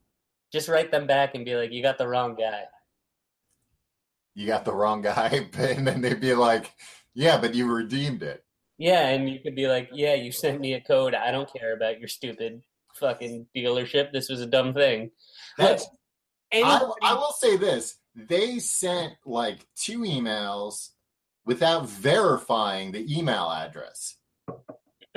Speaker 2: just write them back and be like, "You got the wrong guy."
Speaker 1: you got the wrong guy, <laughs> and then they'd be like, "Yeah, but you redeemed it."
Speaker 2: Yeah, and you could be like, "Yeah, you sent me a code. I don't care about your stupid fucking dealership. This was a dumb thing."
Speaker 1: That's
Speaker 2: Look,
Speaker 1: I,
Speaker 2: anybody-
Speaker 1: I will say this: they sent like two emails without verifying the email address.
Speaker 2: <clears throat>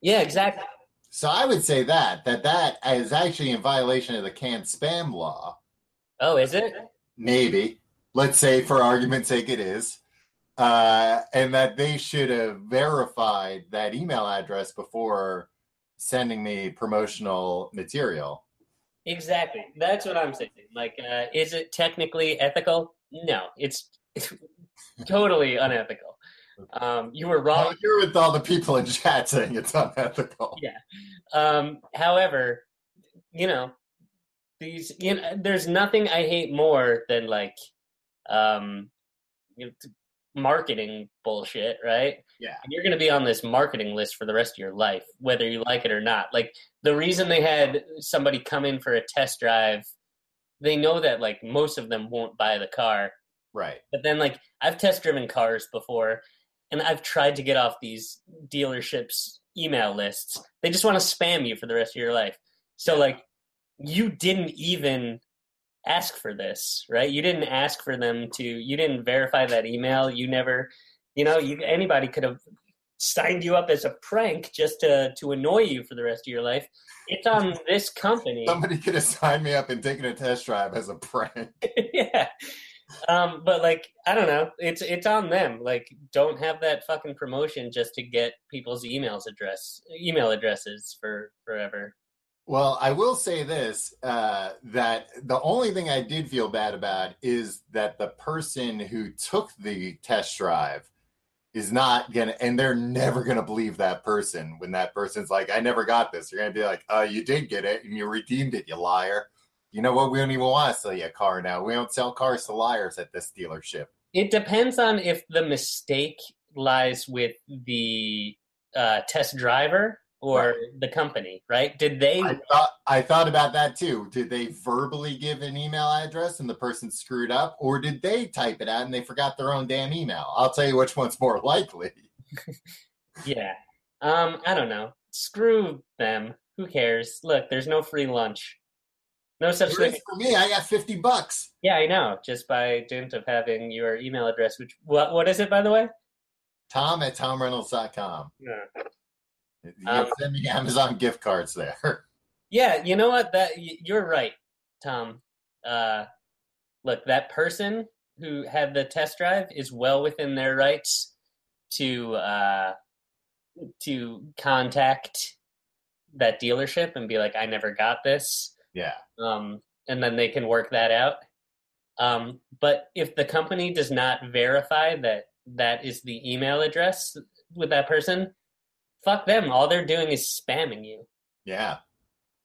Speaker 2: yeah, exactly.
Speaker 1: So I would say that that that is actually in violation of the canned spam law.
Speaker 2: Oh, is it?
Speaker 1: Maybe let's say, for argument's sake, it is, uh, and that they should have verified that email address before sending me promotional material.
Speaker 2: Exactly. That's what I'm saying. Like, uh, is it technically ethical? No, it's totally unethical. Um, you were wrong.
Speaker 1: I'm here with all the people in chat saying it's unethical.
Speaker 2: Um, however, you know, these you know, there's nothing I hate more than like um you know, t- marketing bullshit, right?
Speaker 1: Yeah.
Speaker 2: And you're going to be on this marketing list for the rest of your life, whether you like it or not. Like the reason they had somebody come in for a test drive, they know that like most of them won't buy the car,
Speaker 1: Right.
Speaker 2: but then like I've test driven cars before and I've tried to get off these dealerships email lists. They just want to spam you for the rest of your life. So like you didn't even ask for this, right? You didn't ask for them to you didn't verify that email. You never you know, you anybody could have signed you up as a prank just to to annoy you for the rest of your life. It's on this company.
Speaker 1: Somebody could have signed me up and taken a test drive as a prank.
Speaker 2: <laughs> yeah. Um, but like I don't know, it's it's on them. Like, don't have that fucking promotion just to get people's emails address email addresses for forever.
Speaker 1: Well, I will say this uh, that the only thing I did feel bad about is that the person who took the test drive is not going to, and they're never going to believe that person when that person's like, I never got this. You're going to be like, uh, you did get it and you redeemed it, you liar. You know what? We don't even want to sell you a car now. We don't sell cars to liars at this dealership.
Speaker 2: It depends on if the mistake lies with the uh, test driver or the company, right? Did they?
Speaker 1: I thought I thought about that too. Did they verbally give an email address and the person screwed up, or did they type it out and they forgot their own damn email? I'll tell you which one's more <laughs> likely.
Speaker 2: yeah. Um, I don't know. Screw them. Who cares? Look, there's no free lunch. No such
Speaker 1: There
Speaker 2: thing.
Speaker 1: is For me, I got fifty bucks.
Speaker 2: Yeah, I know. Just by dint of having your email address, which what what is it by the way?
Speaker 1: Tom at TomReynolds.com.
Speaker 2: Yeah.
Speaker 1: You can
Speaker 2: Um,
Speaker 1: send me Amazon gift cards there. <laughs>
Speaker 2: Yeah, you know what? That y- you're right, Tom. Uh, look, that person who had the test drive is well within their rights to uh, to contact that dealership and be like, "I never got this,"
Speaker 1: Yeah.
Speaker 2: um, and then they can work that out. Um, but if the company does not verify that that is the email address with that person, fuck them. All they're doing is spamming you.
Speaker 1: Yeah.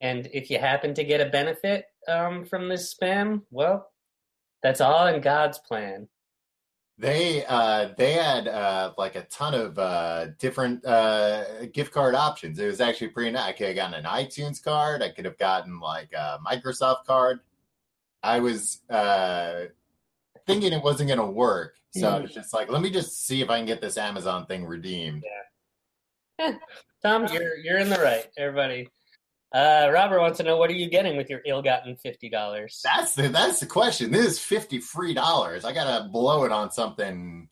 Speaker 2: And if you happen to get a benefit um, from this spam, well, that's all in God's plan.
Speaker 1: They uh they had uh like a ton of uh different uh gift card options. It was actually pretty nice. I could have gotten an iTunes card, I could have gotten like a Microsoft card. I was uh thinking it wasn't gonna work. So I was just like, let me just see if I can get this Amazon thing redeemed.
Speaker 2: Tom, you're you're in the right, everybody. Uh, Robert wants to know what are you getting with your ill-gotten fifty dollars?
Speaker 1: That's the that's the question. This is fifty free dollars. I gotta blow it on something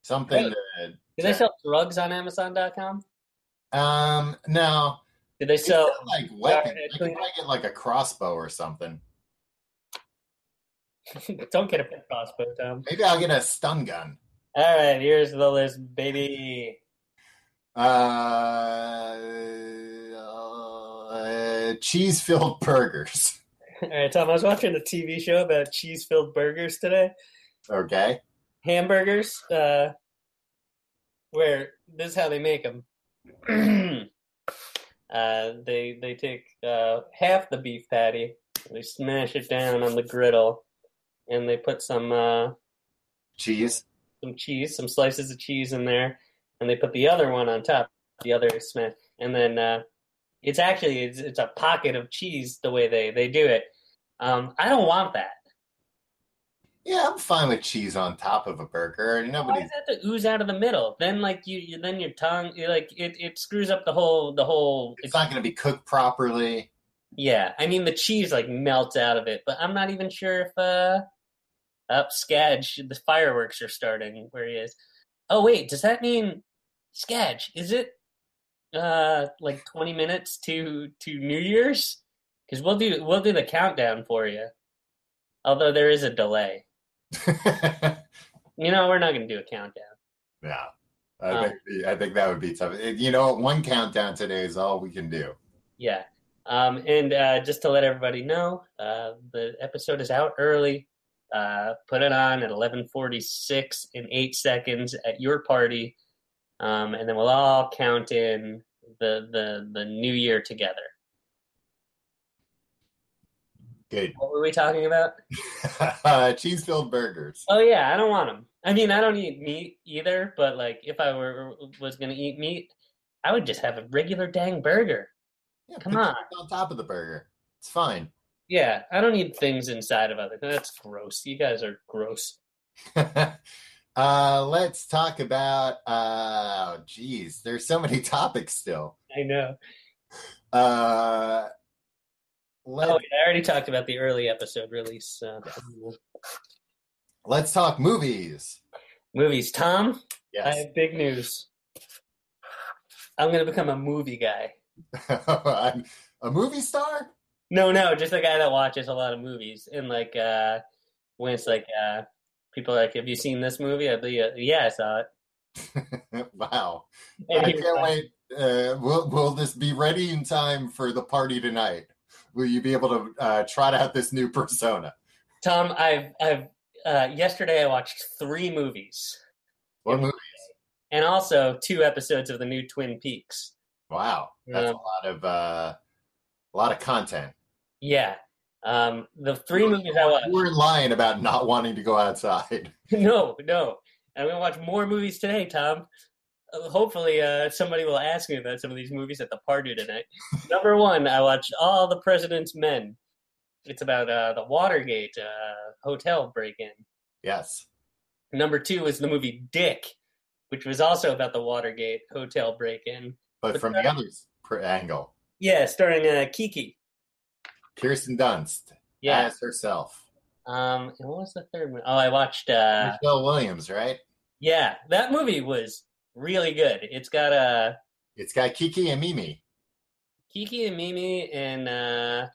Speaker 1: something
Speaker 2: Do they sell drugs on Amazon.com?
Speaker 1: that, um no.
Speaker 2: Do they
Speaker 1: So
Speaker 2: sell?
Speaker 1: like weapons,
Speaker 2: Yeah,
Speaker 1: I could probably get like a crossbow or something.
Speaker 2: Don't get a pit crossbow, Tom.
Speaker 1: Maybe I'll get a stun gun.
Speaker 2: All right, here's the list, baby.
Speaker 1: Uh, uh, cheese-filled <laughs> burgers.
Speaker 2: All right, Tom. I was watching a TV show about cheese-filled burgers today.
Speaker 1: Okay.
Speaker 2: hamburgers uh, where this is how they make them <clears throat> uh, they they take uh, half the beef patty they smash it down on the griddle and they put some uh,
Speaker 1: Cheese.
Speaker 2: some cheese some slices of cheese in there and they put the other one on top the other is smashed and then uh, it's actually it's, it's a pocket of cheese the way they they do it um, i don't want that
Speaker 1: Yeah, I'm fine with cheese on top of a burger. and
Speaker 2: Why
Speaker 1: Nobody's.
Speaker 2: does it have to ooze out of the middle? Then like you, you then your tongue, you like it, it screws up the whole, the whole.
Speaker 1: It's not going to be cooked properly. <laughs>
Speaker 2: yeah, I mean the cheese like melts out of it, but I'm not even sure if uh, up Skadge, the fireworks are starting where he is. Oh wait, does that mean Skadge? Is it uh like 20 minutes to to New Year's? Because we'll do we'll do the countdown for you. Although there is a delay,
Speaker 1: yeah.
Speaker 2: you know we're not going to do a countdown.
Speaker 1: I, think, I think that would be tough. You know, one countdown today is all we can do.
Speaker 2: Yeah. Um, and uh, just to let everybody know, uh, the episode is out early. Uh, put it on at 11:46 in eight seconds at your party, um, and then we'll all count in the the the new year together.
Speaker 1: Good. <laughs>
Speaker 2: What were we talking about?
Speaker 1: uh, cheese-filled burgers.
Speaker 2: Oh yeah, I don't want them. I mean, I don't eat meat either. But like, if I were was gonna eat meat, I would just have a regular dang burger.
Speaker 1: Yeah,
Speaker 2: Come
Speaker 1: put
Speaker 2: on.
Speaker 1: cheese on top of the burger. It's fine.
Speaker 2: Yeah, I don't need things inside of other. That's gross. You guys are gross.
Speaker 1: <laughs> uh, let's talk about. Uh, geez, there's so many <laughs> topics still.
Speaker 2: I know.
Speaker 1: Uh, let
Speaker 2: Oh, yeah, I already talked about the early episode release uh,
Speaker 1: Let's talk movies.
Speaker 2: movies. Tom, I
Speaker 1: Yes,
Speaker 2: have big news. I'm gonna become a movie guy.
Speaker 1: <laughs> I'm a movie star. <laughs>
Speaker 2: No, no, just a guy that watches a lot of movies and like uh, when it's like uh, people are like, "Have you seen this movie?" I'd be, uh, "Yeah, I saw it."
Speaker 1: wow,
Speaker 2: And
Speaker 1: I
Speaker 2: he was
Speaker 1: can't
Speaker 2: like,
Speaker 1: wait. Uh, will Will this be ready in time for the party tonight? Will you be able to uh, trot out this new persona?
Speaker 2: Tom, I've, I've. Uh, yesterday, I watched three movies
Speaker 1: What
Speaker 2: Yeah.
Speaker 1: movie?
Speaker 2: and also two episodes of the new Twin Peaks.
Speaker 1: Wow, that's
Speaker 2: Um,
Speaker 1: a lot of uh, a lot of content.
Speaker 2: Yeah. Um, the three movies I watched.
Speaker 1: You were lying about not wanting to go outside. <laughs>
Speaker 2: <laughs> No, no. I'm gonna watch more movies today, Tom. Uh, Hopefully, uh, somebody will ask me about some of these movies at the party tonight. Number one, I watched All the President's Men. It's about uh, the Watergate uh, hotel break-in.
Speaker 1: Yes.
Speaker 2: Number two is the movie Dick, which was also about the Watergate hotel break-in.
Speaker 1: But,
Speaker 2: But
Speaker 1: from the other per- angle,
Speaker 2: Yeah, starring uh, Kiki.
Speaker 1: Kirsten Dunst
Speaker 2: Yeah.
Speaker 1: as herself.
Speaker 2: Um, and what was the third one? Oh, I watched.
Speaker 1: <laughs>
Speaker 2: Uh,
Speaker 1: Michelle Williams, right?
Speaker 2: yeah, that movie was really good. It's got uh,
Speaker 1: It's got Kiki and Mimi.
Speaker 2: Kiki and Mimi and uh,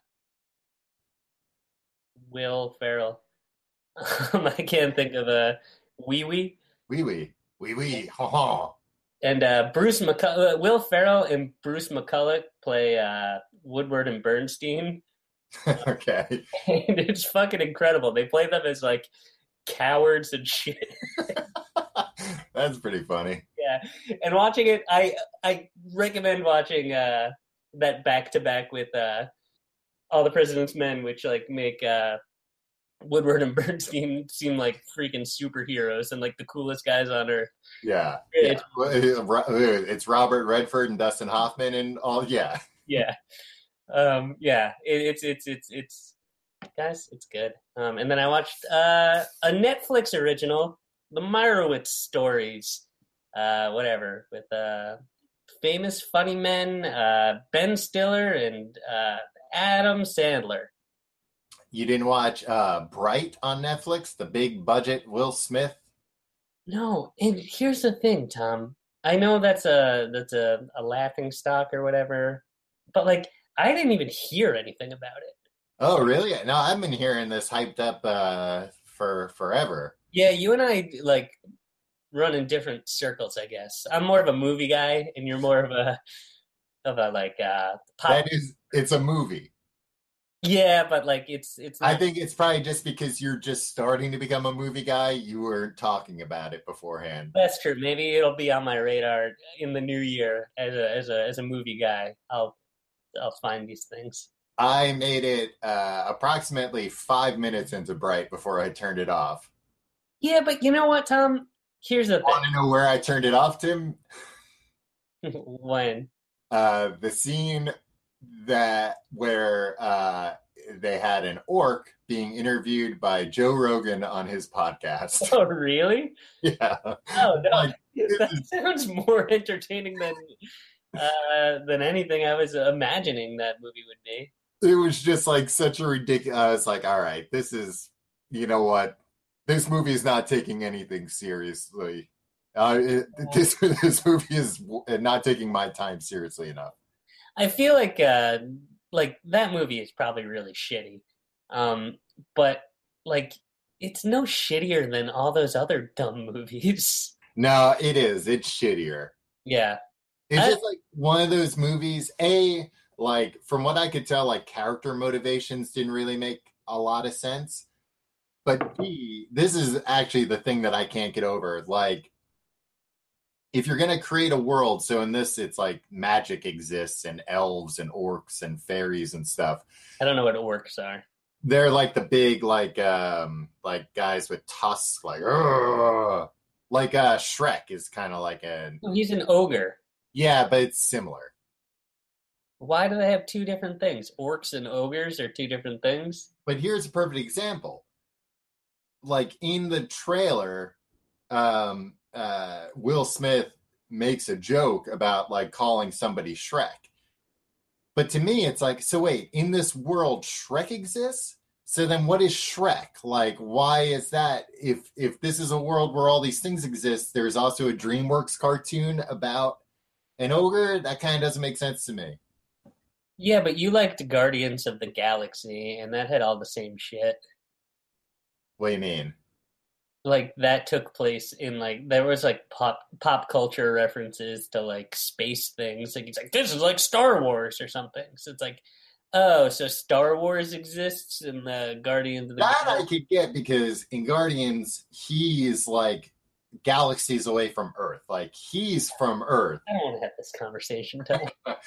Speaker 2: Will Ferrell. <laughs> Um, I can't think of a Wee Wee
Speaker 1: Wee wee. Wee wee. Ha ha. <laughs>
Speaker 2: and uh, Bruce McCullough. Will Ferrell and Bruce McCulloch play uh, Woodward and Bernstein, <laughs>
Speaker 1: okay. <laughs>
Speaker 2: and it's fucking incredible. They play them as like cowards and shit.
Speaker 1: That's pretty funny.
Speaker 2: yeah and watching it i i recommend watching uh that back to back with uh all the president's men which like make uh woodward and bernstein seem like freaking superheroes and like the coolest guys on earth
Speaker 1: Yeah. uh,
Speaker 2: It's-
Speaker 1: It's Robert Redford and Dustin Hoffman and all. Yeah.
Speaker 2: yeah um yeah it, it's it's it's it's guys it's good um and then i watched uh a netflix original the meyerowitz stories uh whatever with uh famous funny men uh ben stiller and uh adam sandler
Speaker 1: You didn't watch uh, Bright on Netflix, the big budget Will Smith?
Speaker 2: no and here's the thing tom i know that's a that's a, a laughing stock or whatever but like i didn't even hear anything about it
Speaker 1: Oh, really? No, I've been hearing this hyped up uh, for forever.
Speaker 2: Yeah, you and I like run in different circles, I guess. I'm more of a movie guy, and you're more of a of a like uh pop.
Speaker 1: That is, it's a movie.
Speaker 2: Yeah, but like it's it's
Speaker 1: I
Speaker 2: not,
Speaker 1: think it's probably just because you're just starting to become a movie guy. You were talking about it beforehand.
Speaker 2: that's true. Maybe it'll be on my radar in the new year as a as a as a movie guy. I'll I'll find these things.
Speaker 1: I made it uh, approximately five minutes into Bright before I turned it off.
Speaker 2: Yeah, but you know what, Tom? Here's the
Speaker 1: Want to know where I turned it off, Tim?
Speaker 2: thing. <laughs> when
Speaker 1: Uh, the scene that where uh, they had an orc being interviewed by Joe Rogan on his podcast. <laughs>
Speaker 2: oh really?
Speaker 1: yeah,
Speaker 2: Oh no,
Speaker 1: Like,
Speaker 2: <laughs> that sounds more entertaining than uh than anything I was imagining that movie would be.
Speaker 1: it was just like such a ridiculous. I was like, all right, this is, you know what, this movie is not taking anything seriously. Uh, it, this <laughs> this movie is w- not taking my time seriously enough.
Speaker 2: I feel like uh like that movie is probably really shitty. Um but like it's no shittier than all those other dumb <laughs> movies.
Speaker 1: No, it is. It's shittier.
Speaker 2: yeah.
Speaker 1: It's
Speaker 2: I-
Speaker 1: just like one of those movies. A like from what I could tell, like character motivations didn't really make a lot of sense. But B, this is actually the thing that I can't get over. Like, if you're gonna create a world, so in this, it's like magic exists and elves and orcs and fairies and stuff.
Speaker 2: I don't know what orcs are.
Speaker 1: They're like the big like um like guys with tusks, like "Urgh." like uh Shrek is kind of like an
Speaker 2: Oh, he's an ogre.
Speaker 1: yeah, but it's similar.
Speaker 2: Why do they have two different things? Orcs and ogres are two different things.
Speaker 1: but here's a perfect example like in the trailer um uh will smith makes a joke about like calling somebody shrek but to me it's like so wait in this world shrek exists so then what is shrek like why is that if if this is a world where all these things exist there's also a dreamworks cartoon about an ogre that kind of doesn't make sense to me
Speaker 2: Yeah, but you liked Guardians of the Galaxy and that had all the same shit.
Speaker 1: what do you mean
Speaker 2: like that took place in like there was like pop pop culture references to like space things like it's like this is like star wars or something so it's like oh so star wars exists and the guardians of the
Speaker 1: That I
Speaker 2: Galaxy-
Speaker 1: could get because in Guardians, he's like galaxies away from Earth. Like he's from Earth.
Speaker 2: I don't want to have this conversation. Tony.
Speaker 1: All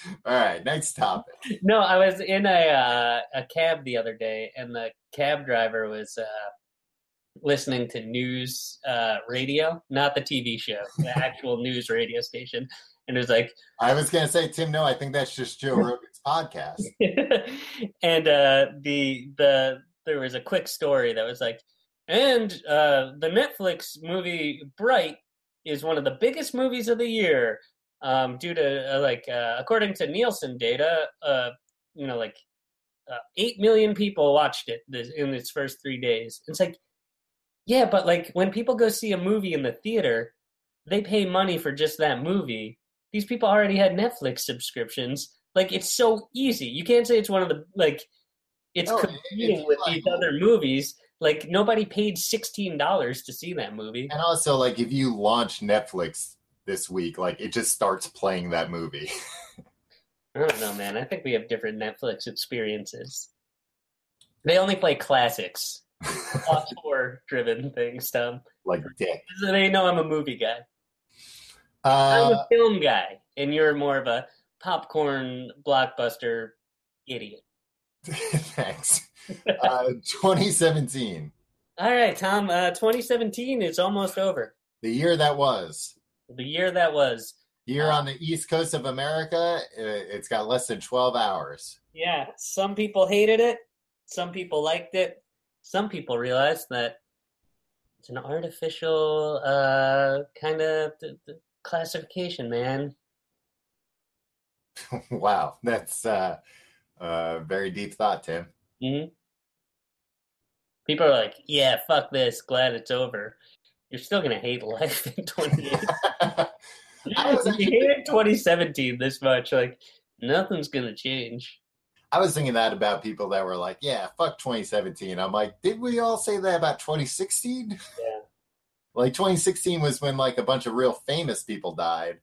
Speaker 1: right, next topic.
Speaker 2: no, I <laughs> was in a uh, a cab the other day, and the cab driver was uh, listening to news uh, radio, not the TV show, the actual news radio station, and it was like,
Speaker 1: I was gonna say, Tim, no, I think that's just Joe Rogan's podcast.
Speaker 2: <laughs> and uh, the the there was a quick story that was like, and uh, the Netflix movie Bright is one of the biggest movies of the year, um, due to uh, like uh, according to Nielsen data, uh, you know, like uh, eight million people watched it this, in its first three days. It's like, yeah, but like when people go see a movie in the theater, they pay money for just that movie. These people already had Netflix subscriptions. Like it's so easy. You can't say it's one of the like it's
Speaker 1: No, it-
Speaker 2: competing
Speaker 1: it's
Speaker 2: with
Speaker 1: like-
Speaker 2: these other movies. Like nobody paid sixteen dollars to see that movie.
Speaker 1: And also, like, if you launch Netflix this week, like, it just starts playing that movie. <laughs>
Speaker 2: I don't know, man. I think we have different Netflix experiences. They only play classics, auteur driven things, Tom.
Speaker 1: like, dick.
Speaker 2: So they know I'm a movie guy.
Speaker 1: <laughs>
Speaker 2: I'm
Speaker 1: Uh,
Speaker 2: a film guy, and you're more of a popcorn blockbuster idiot.
Speaker 1: thanks. Uh, 2017,
Speaker 2: All right, Tom. Uh, 2017 is almost over.
Speaker 1: the year that was.
Speaker 2: The year that was.
Speaker 1: Here on the east coast of America, i- it's got less than 12 hours.
Speaker 2: Yeah, some people hated it. Some people liked it. Some people realized that it's an artificial uh, kind of th- th- classification, man.
Speaker 1: wow, that's uh, uh, very deep thought, Tim. <laughs>
Speaker 2: Mhm. People are like, yeah, fuck this. Glad it's over. You're still going to hate life in 28.
Speaker 1: <laughs> I was
Speaker 2: If you hated 2017 this much, like, nothing's going to change.
Speaker 1: I was thinking that about people that were like, yeah, fuck 2017. I'm like, did we all say that about 2016?
Speaker 2: Yeah.
Speaker 1: Like 2016 was when like a bunch of real famous people died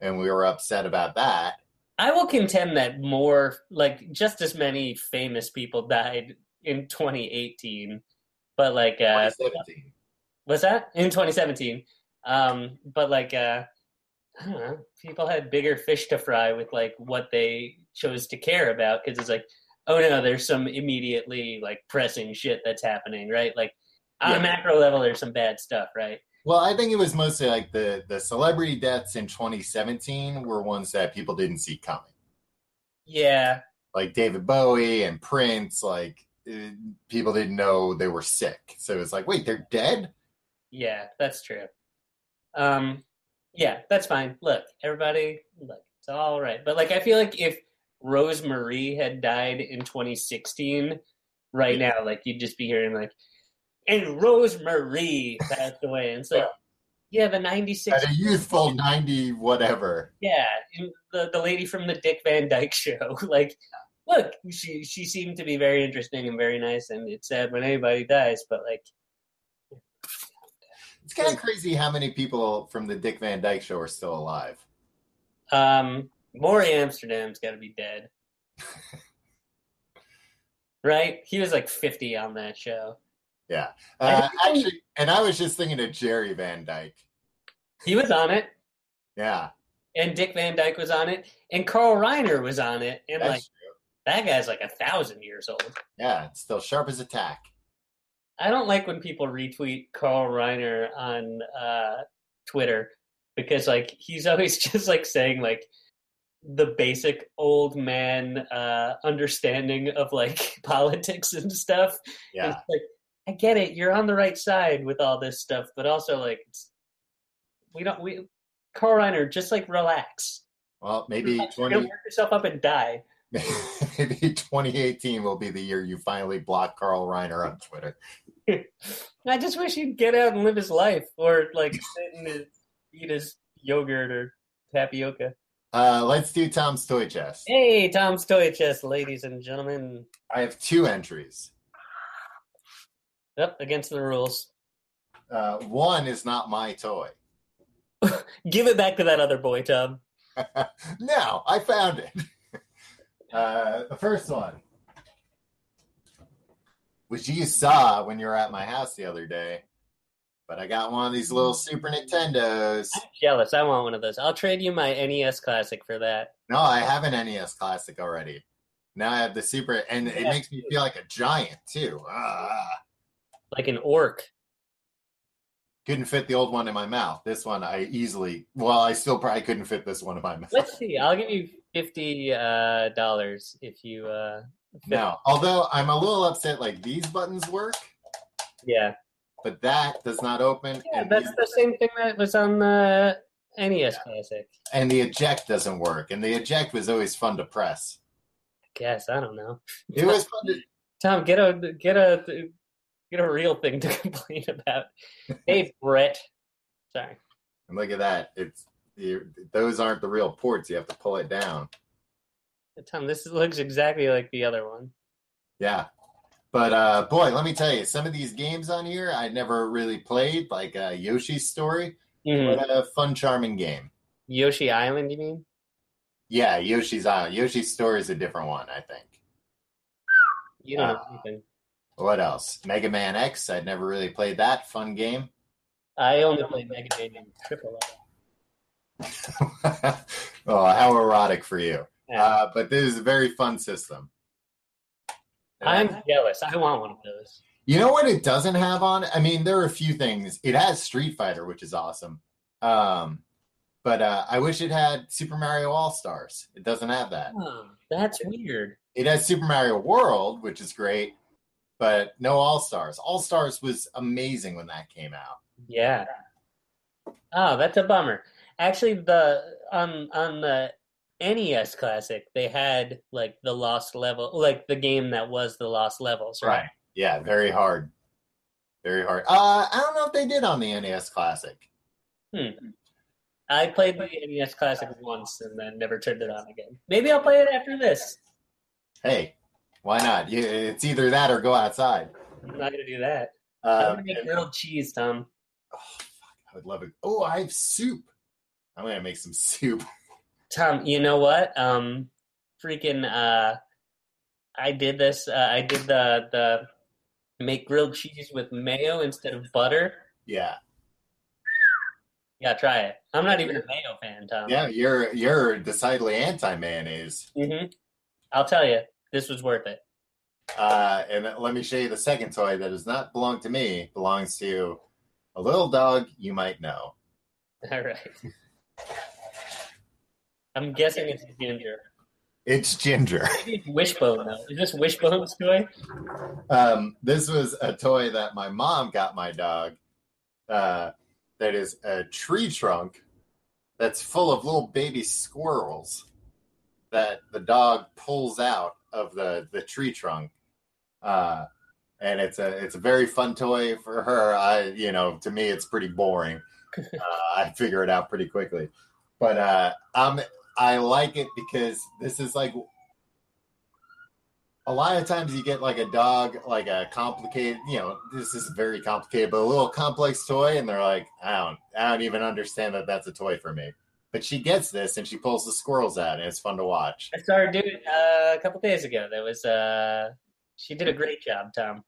Speaker 1: and we were upset about that.
Speaker 2: I will contend that more, like, just as many famous people died in 2018, but like, uh,
Speaker 1: 2017.
Speaker 2: was that in 2017? Um, but like, uh, I don't know, people had bigger fish to fry with like what they chose to care about because it's like, oh no, there's some immediately like pressing shit that's happening, right? Like, on
Speaker 1: Yeah.
Speaker 2: a macro level, there's some bad stuff, right?
Speaker 1: Well, I think it was mostly like the the celebrity deaths in 2017 were ones that people didn't see coming.
Speaker 2: Yeah,
Speaker 1: Like David Bowie and Prince, like eh, people didn't know they were sick. So it's like, wait, they're dead?
Speaker 2: Yeah, that's true. Um, yeah, that's fine. Look, everybody, look, it's all right. But like, I feel like if Rosemarie had died in 2016, right now, like you'd just be hearing like, and Rosemarie passed away, and it's like, yeah, the 96,
Speaker 1: At a youthful 90 whatever.
Speaker 2: yeah, and the the lady from the Dick Van Dyke <laughs> Show, like. Look, she she seemed to be very interesting and very nice, and it's sad when anybody dies, but like,
Speaker 1: It's kind of crazy how many people from the Dick Van Dyke show are still alive.
Speaker 2: Um, Maury Amsterdam's got to be dead, right? He was like fifty on that show.
Speaker 1: Uh,
Speaker 2: I think-
Speaker 1: actually, and I was just thinking of Jerry Van Dyke.
Speaker 2: He was on it,
Speaker 1: Yeah,
Speaker 2: and Dick Van Dyke was on it, and Carl Reiner was on it, and
Speaker 1: that's
Speaker 2: like that guy's like a thousand years old.
Speaker 1: Yeah, it's still sharp as a tack.
Speaker 2: I don't like when people retweet Carl Reiner on uh, Twitter because like he's <laughs> always just like saying like the basic old man uh, understanding of like <laughs> politics and stuff. And
Speaker 1: Yeah,
Speaker 2: it's like, I get it. You're on the right side with all this stuff, but also like, it's- we don't. We Carl Reiner, just like relax.
Speaker 1: well, maybe
Speaker 2: You don't
Speaker 1: 20,
Speaker 2: work yourself up and die. <laughs>
Speaker 1: <laughs> maybe 2018 will be the year you finally block Carl Reiner on Twitter.
Speaker 2: I just wish he'd get out and live his life, or like sit and his- eat his yogurt or tapioca.
Speaker 1: Uh, let's do Tom's toy chest.
Speaker 2: Hey, Tom's toy chest, ladies and gentlemen,
Speaker 1: I have two entries.
Speaker 2: up against the rules.
Speaker 1: Uh, one is not my toy. <laughs>
Speaker 2: Give it back to that other boy, Tom.
Speaker 1: No, I found it. <laughs> Uh, the first one, which you saw when you were at my house the other day, But I got one of these little Super Nintendos.
Speaker 2: I'm jealous. I want one of those. I'll trade you my NES Classic for that.
Speaker 1: No, I have an NES Classic already. Now I have the Super, and it
Speaker 2: Yeah.
Speaker 1: makes me feel like a giant too. Ah,
Speaker 2: Like an orc.
Speaker 1: couldn't fit the old one in my mouth. This one I easily, well, I still probably couldn't fit this one in my <laughs> mouth.
Speaker 2: Let's see. I'll give you fifty uh, dollars if you. Uh,
Speaker 1: No, although I'm a little upset. Like these buttons work,
Speaker 2: yeah.
Speaker 1: but that does not open,
Speaker 2: Yeah,
Speaker 1: and,
Speaker 2: that's
Speaker 1: these-
Speaker 2: the same thing that was on the NES Classic.
Speaker 1: and the eject doesn't work. And the eject was always fun to press.
Speaker 2: I guess I don't know.
Speaker 1: It was fun to.
Speaker 2: <laughs> Tom, get a get a get a real thing to <laughs> complain about.
Speaker 1: <laughs>
Speaker 2: Hey, Brett. Sorry.
Speaker 1: And look at that. It's you, those aren't the real ports. You have to pull it down.
Speaker 2: Tom, this looks exactly like the other one.
Speaker 1: Yeah. But uh, boy, let me tell you, some of these games on here I never really played, like uh, Yoshi's Story.
Speaker 2: Mhm.
Speaker 1: What a fun, charming game.
Speaker 2: Yoshi Island, you mean?
Speaker 1: Yeah, Yoshi's Island. Yoshi's Story is a different one, I think.
Speaker 2: You don't know
Speaker 1: Uh,
Speaker 2: anything.
Speaker 1: What else? Mega Man X. I'd never really played that. Fun game. <laughs>
Speaker 2: I only played Mega Man and Triple.
Speaker 1: oh, how erotic for you.
Speaker 2: A.
Speaker 1: Uh, but this is a very fun system.
Speaker 2: I'm jealous. I want one of those.
Speaker 1: You know what it doesn't have on? I mean, there are a few things. It has Street Fighter, which is awesome. Um, but uh, I wish it had Super Mario All Stars. It doesn't have that.
Speaker 2: Oh, that's weird.
Speaker 1: It has Super Mario World, which is great, but no All Stars. All Stars was amazing when that came out.
Speaker 2: Yeah. Oh, that's a bummer. Actually, the on on the NES Classic, they had like the lost level, like the game that was the lost levels, right?
Speaker 1: Yeah, very hard. Very hard. Uh, I don't know if they did on the NES Classic.
Speaker 2: I played the NES Classic once and then never turned it on again. Maybe I'll play it after this.
Speaker 1: Hey, why not? You, it's either that or go outside.
Speaker 2: I'm not gonna do that. I'm
Speaker 1: Um,
Speaker 2: gonna make grilled cheese, Tom.
Speaker 1: I would love it. Oh, I have soup. I'm gonna make some soup. <laughs>
Speaker 2: Tom, you know what? Um, freaking, uh, I did this. Uh, I did the the make grilled cheese with mayo instead of butter.
Speaker 1: Yeah.
Speaker 2: Yeah, try it. I'm not even a mayo fan, Tom.
Speaker 1: Yeah, you're you're decidedly anti mayonnaise.
Speaker 2: hmm I'll tell you, this was worth it. <laughs>
Speaker 1: Uh, and let me show you the second toy that does not belong to me. It belongs to a little dog you might know.
Speaker 2: All right. I'm guessing it's ginger.
Speaker 1: It's Ginger. <laughs>
Speaker 2: Maybe it's wishbone though. Is this wishbone's toy?
Speaker 1: Um, this was a toy that my mom got my dog. Uh, that is a tree trunk that's full of little baby squirrels that the dog pulls out of the the tree trunk. Uh, and it's a it's a very fun toy for her. I you know to me it's pretty boring. Uh, I figure it out pretty quickly, but uh, I'm I like it because this is like a lot of times you get like a dog, like a complicated, you know, this is very complicated, but a little complex toy, and they're like, I don't, I don't even understand that that's a toy for me. But she gets this, and she pulls the squirrels out, and it's fun to watch.
Speaker 2: I saw her do it uh, a couple days ago. That was uh, she did a great job, Tom.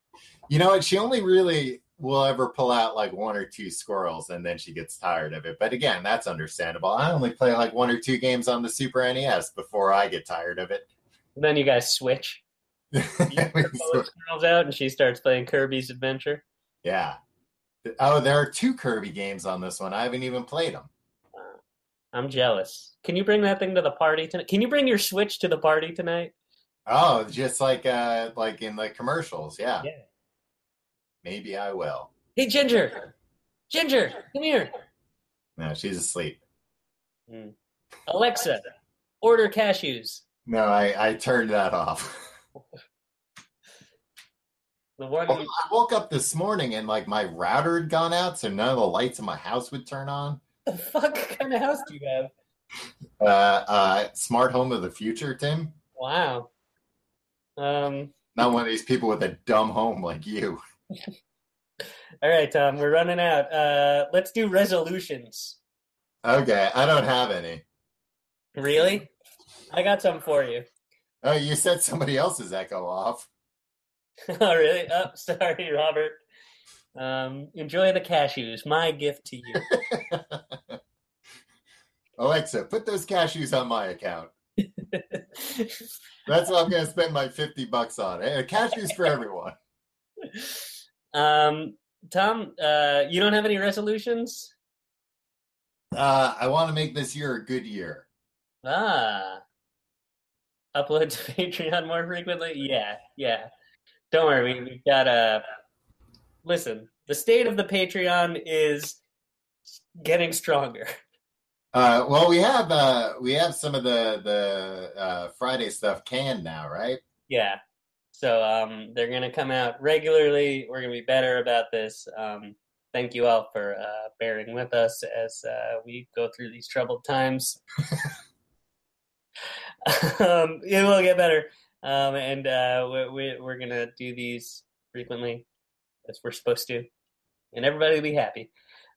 Speaker 1: You know what? She only really will ever pull out like one or two squirrels, and then she gets tired of it. But again, that's understandable. I only play like one or two games on the Super NES before I get tired of it.
Speaker 2: then you guys switch.
Speaker 1: <laughs>
Speaker 2: Pulling squirrels out, and she starts playing Kirby's Adventure.
Speaker 1: yeah. Oh, there are two Kirby games on this one. I haven't even played them.
Speaker 2: I'm jealous. Can you bring that thing to the party tonight? Can you bring your Switch to the party tonight?
Speaker 1: Oh, just like uh like in the commercials, yeah.
Speaker 2: Yeah.
Speaker 1: Maybe I will.
Speaker 2: Hey, Ginger, Ginger, come here.
Speaker 1: No, she's asleep.
Speaker 2: Alexa, order cashews.
Speaker 1: No, I I turned that off.
Speaker 2: The one.
Speaker 1: I woke up this morning and like my router had gone out, so none of the lights in my house would turn on.
Speaker 2: <laughs> the fuck kind of house do you have?
Speaker 1: Uh, uh, smart home of the future, Tim.
Speaker 2: Wow. Um.
Speaker 1: Not one of these people with a dumb home like you.
Speaker 2: All right, Tom. We're running out. Uh, let's do resolutions.
Speaker 1: Okay, I don't have any.
Speaker 2: Really? I got some for you. <laughs>
Speaker 1: Oh, you said somebody else's echo off.
Speaker 2: <laughs> oh, really? Oh, sorry, Robert. Um, enjoy the cashews. My gift to you.
Speaker 1: Alexa, put those cashews on my account. That's what I'm going to spend my 50 bucks on. Eh, Cashews for everyone.
Speaker 2: um, Tom, uh, you don't have any resolutions?
Speaker 1: Uh, I want to make this year a good year.
Speaker 2: Ah. Upload to <laughs> Patreon more frequently? Yeah, yeah. Don't worry, we, we've got a. Listen, the state of the Patreon is getting stronger.
Speaker 1: Uh, well, we have uh, we have some of the the uh, Friday stuff canned now, right? <laughs>
Speaker 2: Yeah. So um, they're going to come out regularly. We're going to be better about this. Um, thank you all for uh, bearing with us as uh, we go through these troubled times. <laughs> um, it will get better. Um, and uh, we, we, we're going to do these frequently as we're supposed to. And everybody will be happy.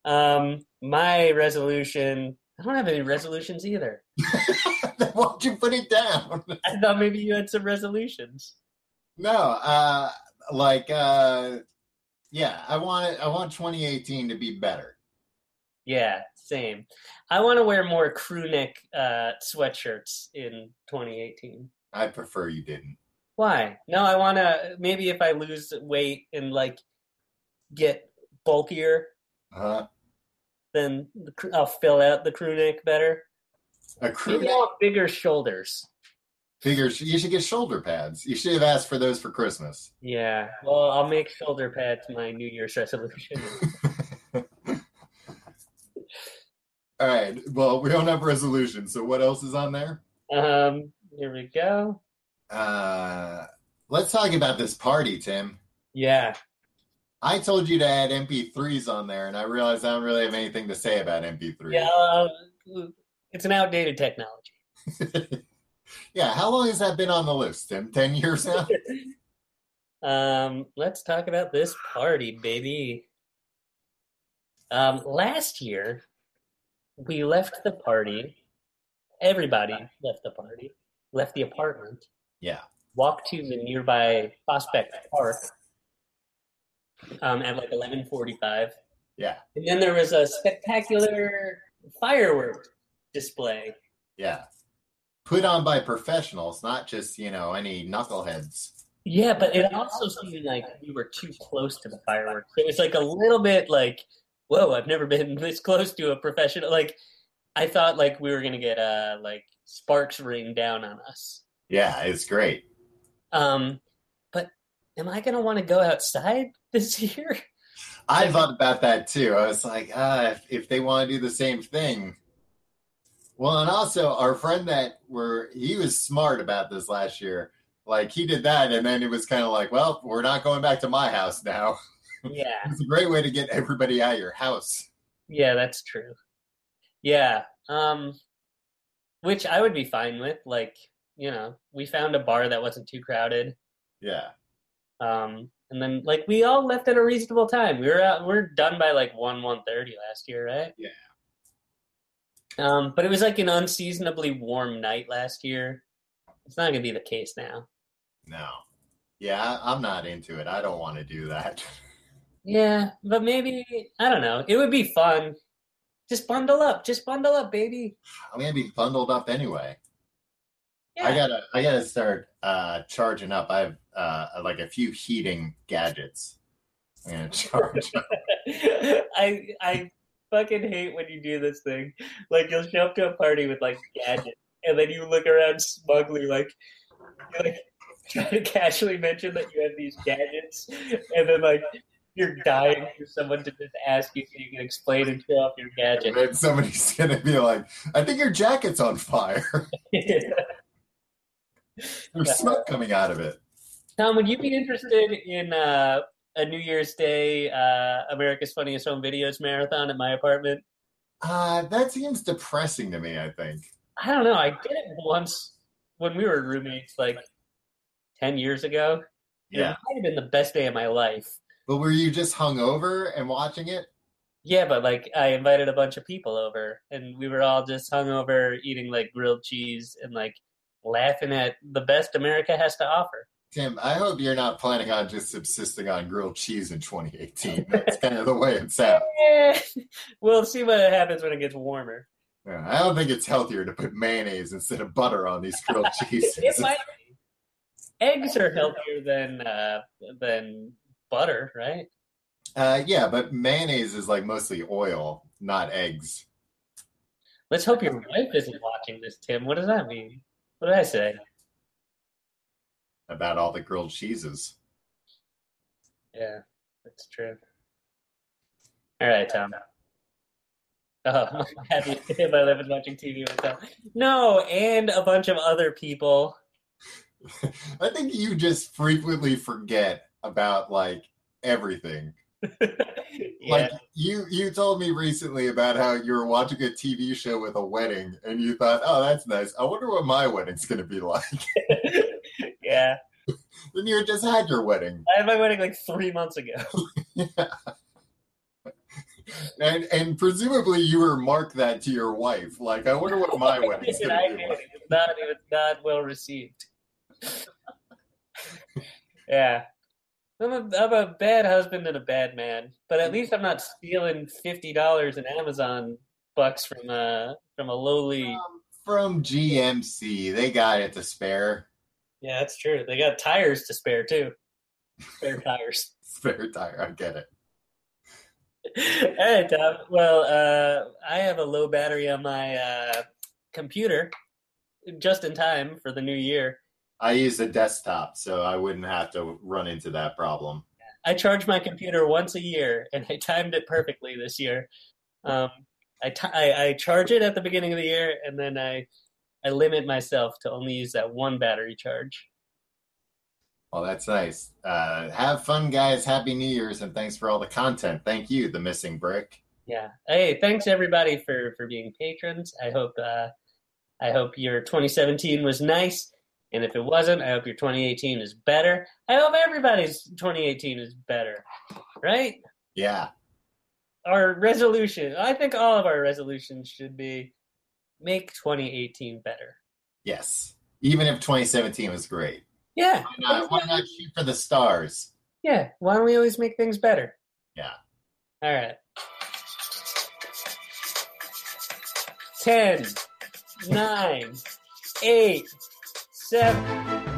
Speaker 2: Um, my resolution I don't have any resolutions either. <laughs>
Speaker 1: Then Why'd you put it down?
Speaker 2: I thought maybe you had some resolutions.
Speaker 1: No, uh, like uh, yeah, I want it, I want 2018 to be better.
Speaker 2: Yeah, same. I want to wear more crew neck uh, sweatshirts in 2018.
Speaker 1: I prefer you didn't.
Speaker 2: Why? No, I want to. Maybe if I lose weight and like get bulkier,
Speaker 1: Huh?
Speaker 2: then the, cr- I'll fill out the crew neck better.
Speaker 1: A crew <laughs>
Speaker 2: Maybe I want bigger shoulders.
Speaker 1: figure. You should get shoulder pads. You should have asked for those for Christmas.
Speaker 2: Yeah. Well, I'll make shoulder pads my New Year's resolution. <laughs>
Speaker 1: All right. Well, we don't have resolutions, so what else is on there?
Speaker 2: um. Here we go.
Speaker 1: Uh, let's talk about this party, Tim.
Speaker 2: Yeah.
Speaker 1: I told you to add MP3s on there, and I realized I don't really have anything to say about MP3.
Speaker 2: Yeah. uh, it's an outdated technology.
Speaker 1: <laughs> Yeah, How long has that been on the list, Tim? Ten years now.
Speaker 2: Um, let's talk about this party, baby. Um, last year, we left the party. Everybody left the party, left the apartment.
Speaker 1: Yeah.
Speaker 2: Walked to the nearby Prospect Park um, at like eleven forty-five,
Speaker 1: yeah.
Speaker 2: and then there was a spectacular fireworks display.
Speaker 1: Yeah. Put on by professionals, not just, you know, any knuckleheads.
Speaker 2: Yeah, but it also seemed like we were too close to the fireworks. It was like a little bit like, whoa, I've never been <laughs> this close to a professional. Like, I thought like we were gonna get uh like sparks rain down on us.
Speaker 1: Yeah, it's great.
Speaker 2: Um, but am I gonna want to go outside <laughs> this year?
Speaker 1: I thought about that too. I was like, uh, if, if they want to do the same thing. Well, and also our friend that were he was smart about this last year. Like he did that, and then it was kind of like, well, we're not going back to my house now. <laughs>
Speaker 2: Yeah,
Speaker 1: It's a great way to get everybody out of your house.
Speaker 2: yeah, that's true. Yeah, um, which I would be fine with. Like, you know, we found a bar that wasn't too crowded.
Speaker 1: Yeah,
Speaker 2: Um, and then like we all left at a reasonable time. We were out, we are done by like one one thirty last year, right?
Speaker 1: Yeah.
Speaker 2: Um, but it was like an unseasonably warm night last year. It's not gonna be the case now.
Speaker 1: no, yeah, I- I'm not into it. I don't want to do that. <laughs>
Speaker 2: Yeah, but maybe I don't know. It would be fun. Just bundle up. Just bundle up, baby.
Speaker 1: I'm gonna be bundled up anyway.
Speaker 2: Yeah.
Speaker 1: I gotta I gotta start uh charging up. I have uh like a few heating gadgets. I'm gonna charge up.
Speaker 2: I I fucking hate when you do this thing. Like you'll show up to a party with like gadgets, and then you look around smugly, like you like try to casually mention that you have these gadgets, and then like you're dying for someone to just ask you so you can explain and show off your gadget. <laughs>
Speaker 1: And then somebody's <laughs> gonna be like, I think your jacket's on fire. <laughs> There's smoke coming out of it.
Speaker 2: Tom, would you be interested in uh, a New Year's Day uh, America's Funniest Home Videos marathon at my apartment?
Speaker 1: Uh that seems depressing to me, I think.
Speaker 2: I don't know. I did it once when we were roommates, like ten years ago. and it might have been the best day of my life.
Speaker 1: But were you just hungover and watching it?
Speaker 2: Yeah, but like I invited a bunch of people over, and we were all just hungover, eating like grilled cheese and like laughing at the best America has to offer.
Speaker 1: Tim, I hope you're not planning on just subsisting on grilled cheese in 2018. That's kind of the way it's out.
Speaker 2: Eh, <laughs> we'll see what happens when it gets warmer.
Speaker 1: Yeah, I don't think it's healthier to put mayonnaise instead of butter on these
Speaker 2: <laughs>
Speaker 1: grilled cheeses.
Speaker 2: It might be. Eggs are healthier than uh, than butter, right?
Speaker 1: Uh, yeah, but mayonnaise is like mostly oil, not eggs.
Speaker 2: Let's hope your wife isn't watching this, Tim. What does that mean? What did I say?
Speaker 1: About all the grilled cheeses. <laughs>
Speaker 2: Yeah, that's true. All right, Tom. Oh, <laughs> I'm happy Tim I live is watching TV with Tom. No, and a bunch of other people.
Speaker 1: I think you just frequently forget about like everything.
Speaker 2: <laughs> yeah.
Speaker 1: Like you you told me recently about how you were watching a TV show with a wedding and you thought, "Oh, that's nice. I wonder what my wedding's going to be <laughs> like."
Speaker 2: <laughs> yeah.
Speaker 1: then you just had your wedding.
Speaker 2: I had my wedding like three months <laughs> ago.
Speaker 1: And and presumably you remarked that to your wife, like, "I wonder what my wedding's
Speaker 2: Listen,
Speaker 1: going
Speaker 2: <laughs> I
Speaker 1: to
Speaker 2: did.
Speaker 1: be
Speaker 2: It
Speaker 1: like."
Speaker 2: was not, it was not well received. <laughs> yeah. I'm a, I'm a bad husband and a bad man, but at least I'm not stealing fifty dollars in Amazon bucks from a from a lowly.
Speaker 1: Um, from GMC, they got it to spare. <laughs>
Speaker 2: Yeah, that's true. They got tires to spare too. Spare tires. <laughs>
Speaker 1: Spare tire. I get it.
Speaker 2: All right, Tom. Well, uh, I have a low battery on my uh, computer, just in time for the new year.
Speaker 1: I use a desktop, so I wouldn't have to run into that problem.
Speaker 2: I charge my computer once a year, and I timed it perfectly this year. Um, I, ti I I charge it at the beginning of the year, and then I I limit myself to only use that one battery charge.
Speaker 1: Well, that's nice. Uh, have fun, guys. Happy New Year's, and thanks for all the content. Thank you, The Missing Brick.
Speaker 2: Yeah. Hey, thanks everybody for for being patrons. I hope uh, I hope your 2017 was nice, and if it wasn't, I hope your 2018 is better. I hope everybody's 2018 is better, right?
Speaker 1: Yeah,
Speaker 2: Our resolution. I think all of our resolutions should be make 2018 better.
Speaker 1: yes. Even if 2017 was great,
Speaker 2: Yeah,
Speaker 1: why not, why not shoot for the stars?
Speaker 2: yeah. Why don't we always make things better?
Speaker 1: Yeah.
Speaker 2: All right. Ten, nine, eight, seven.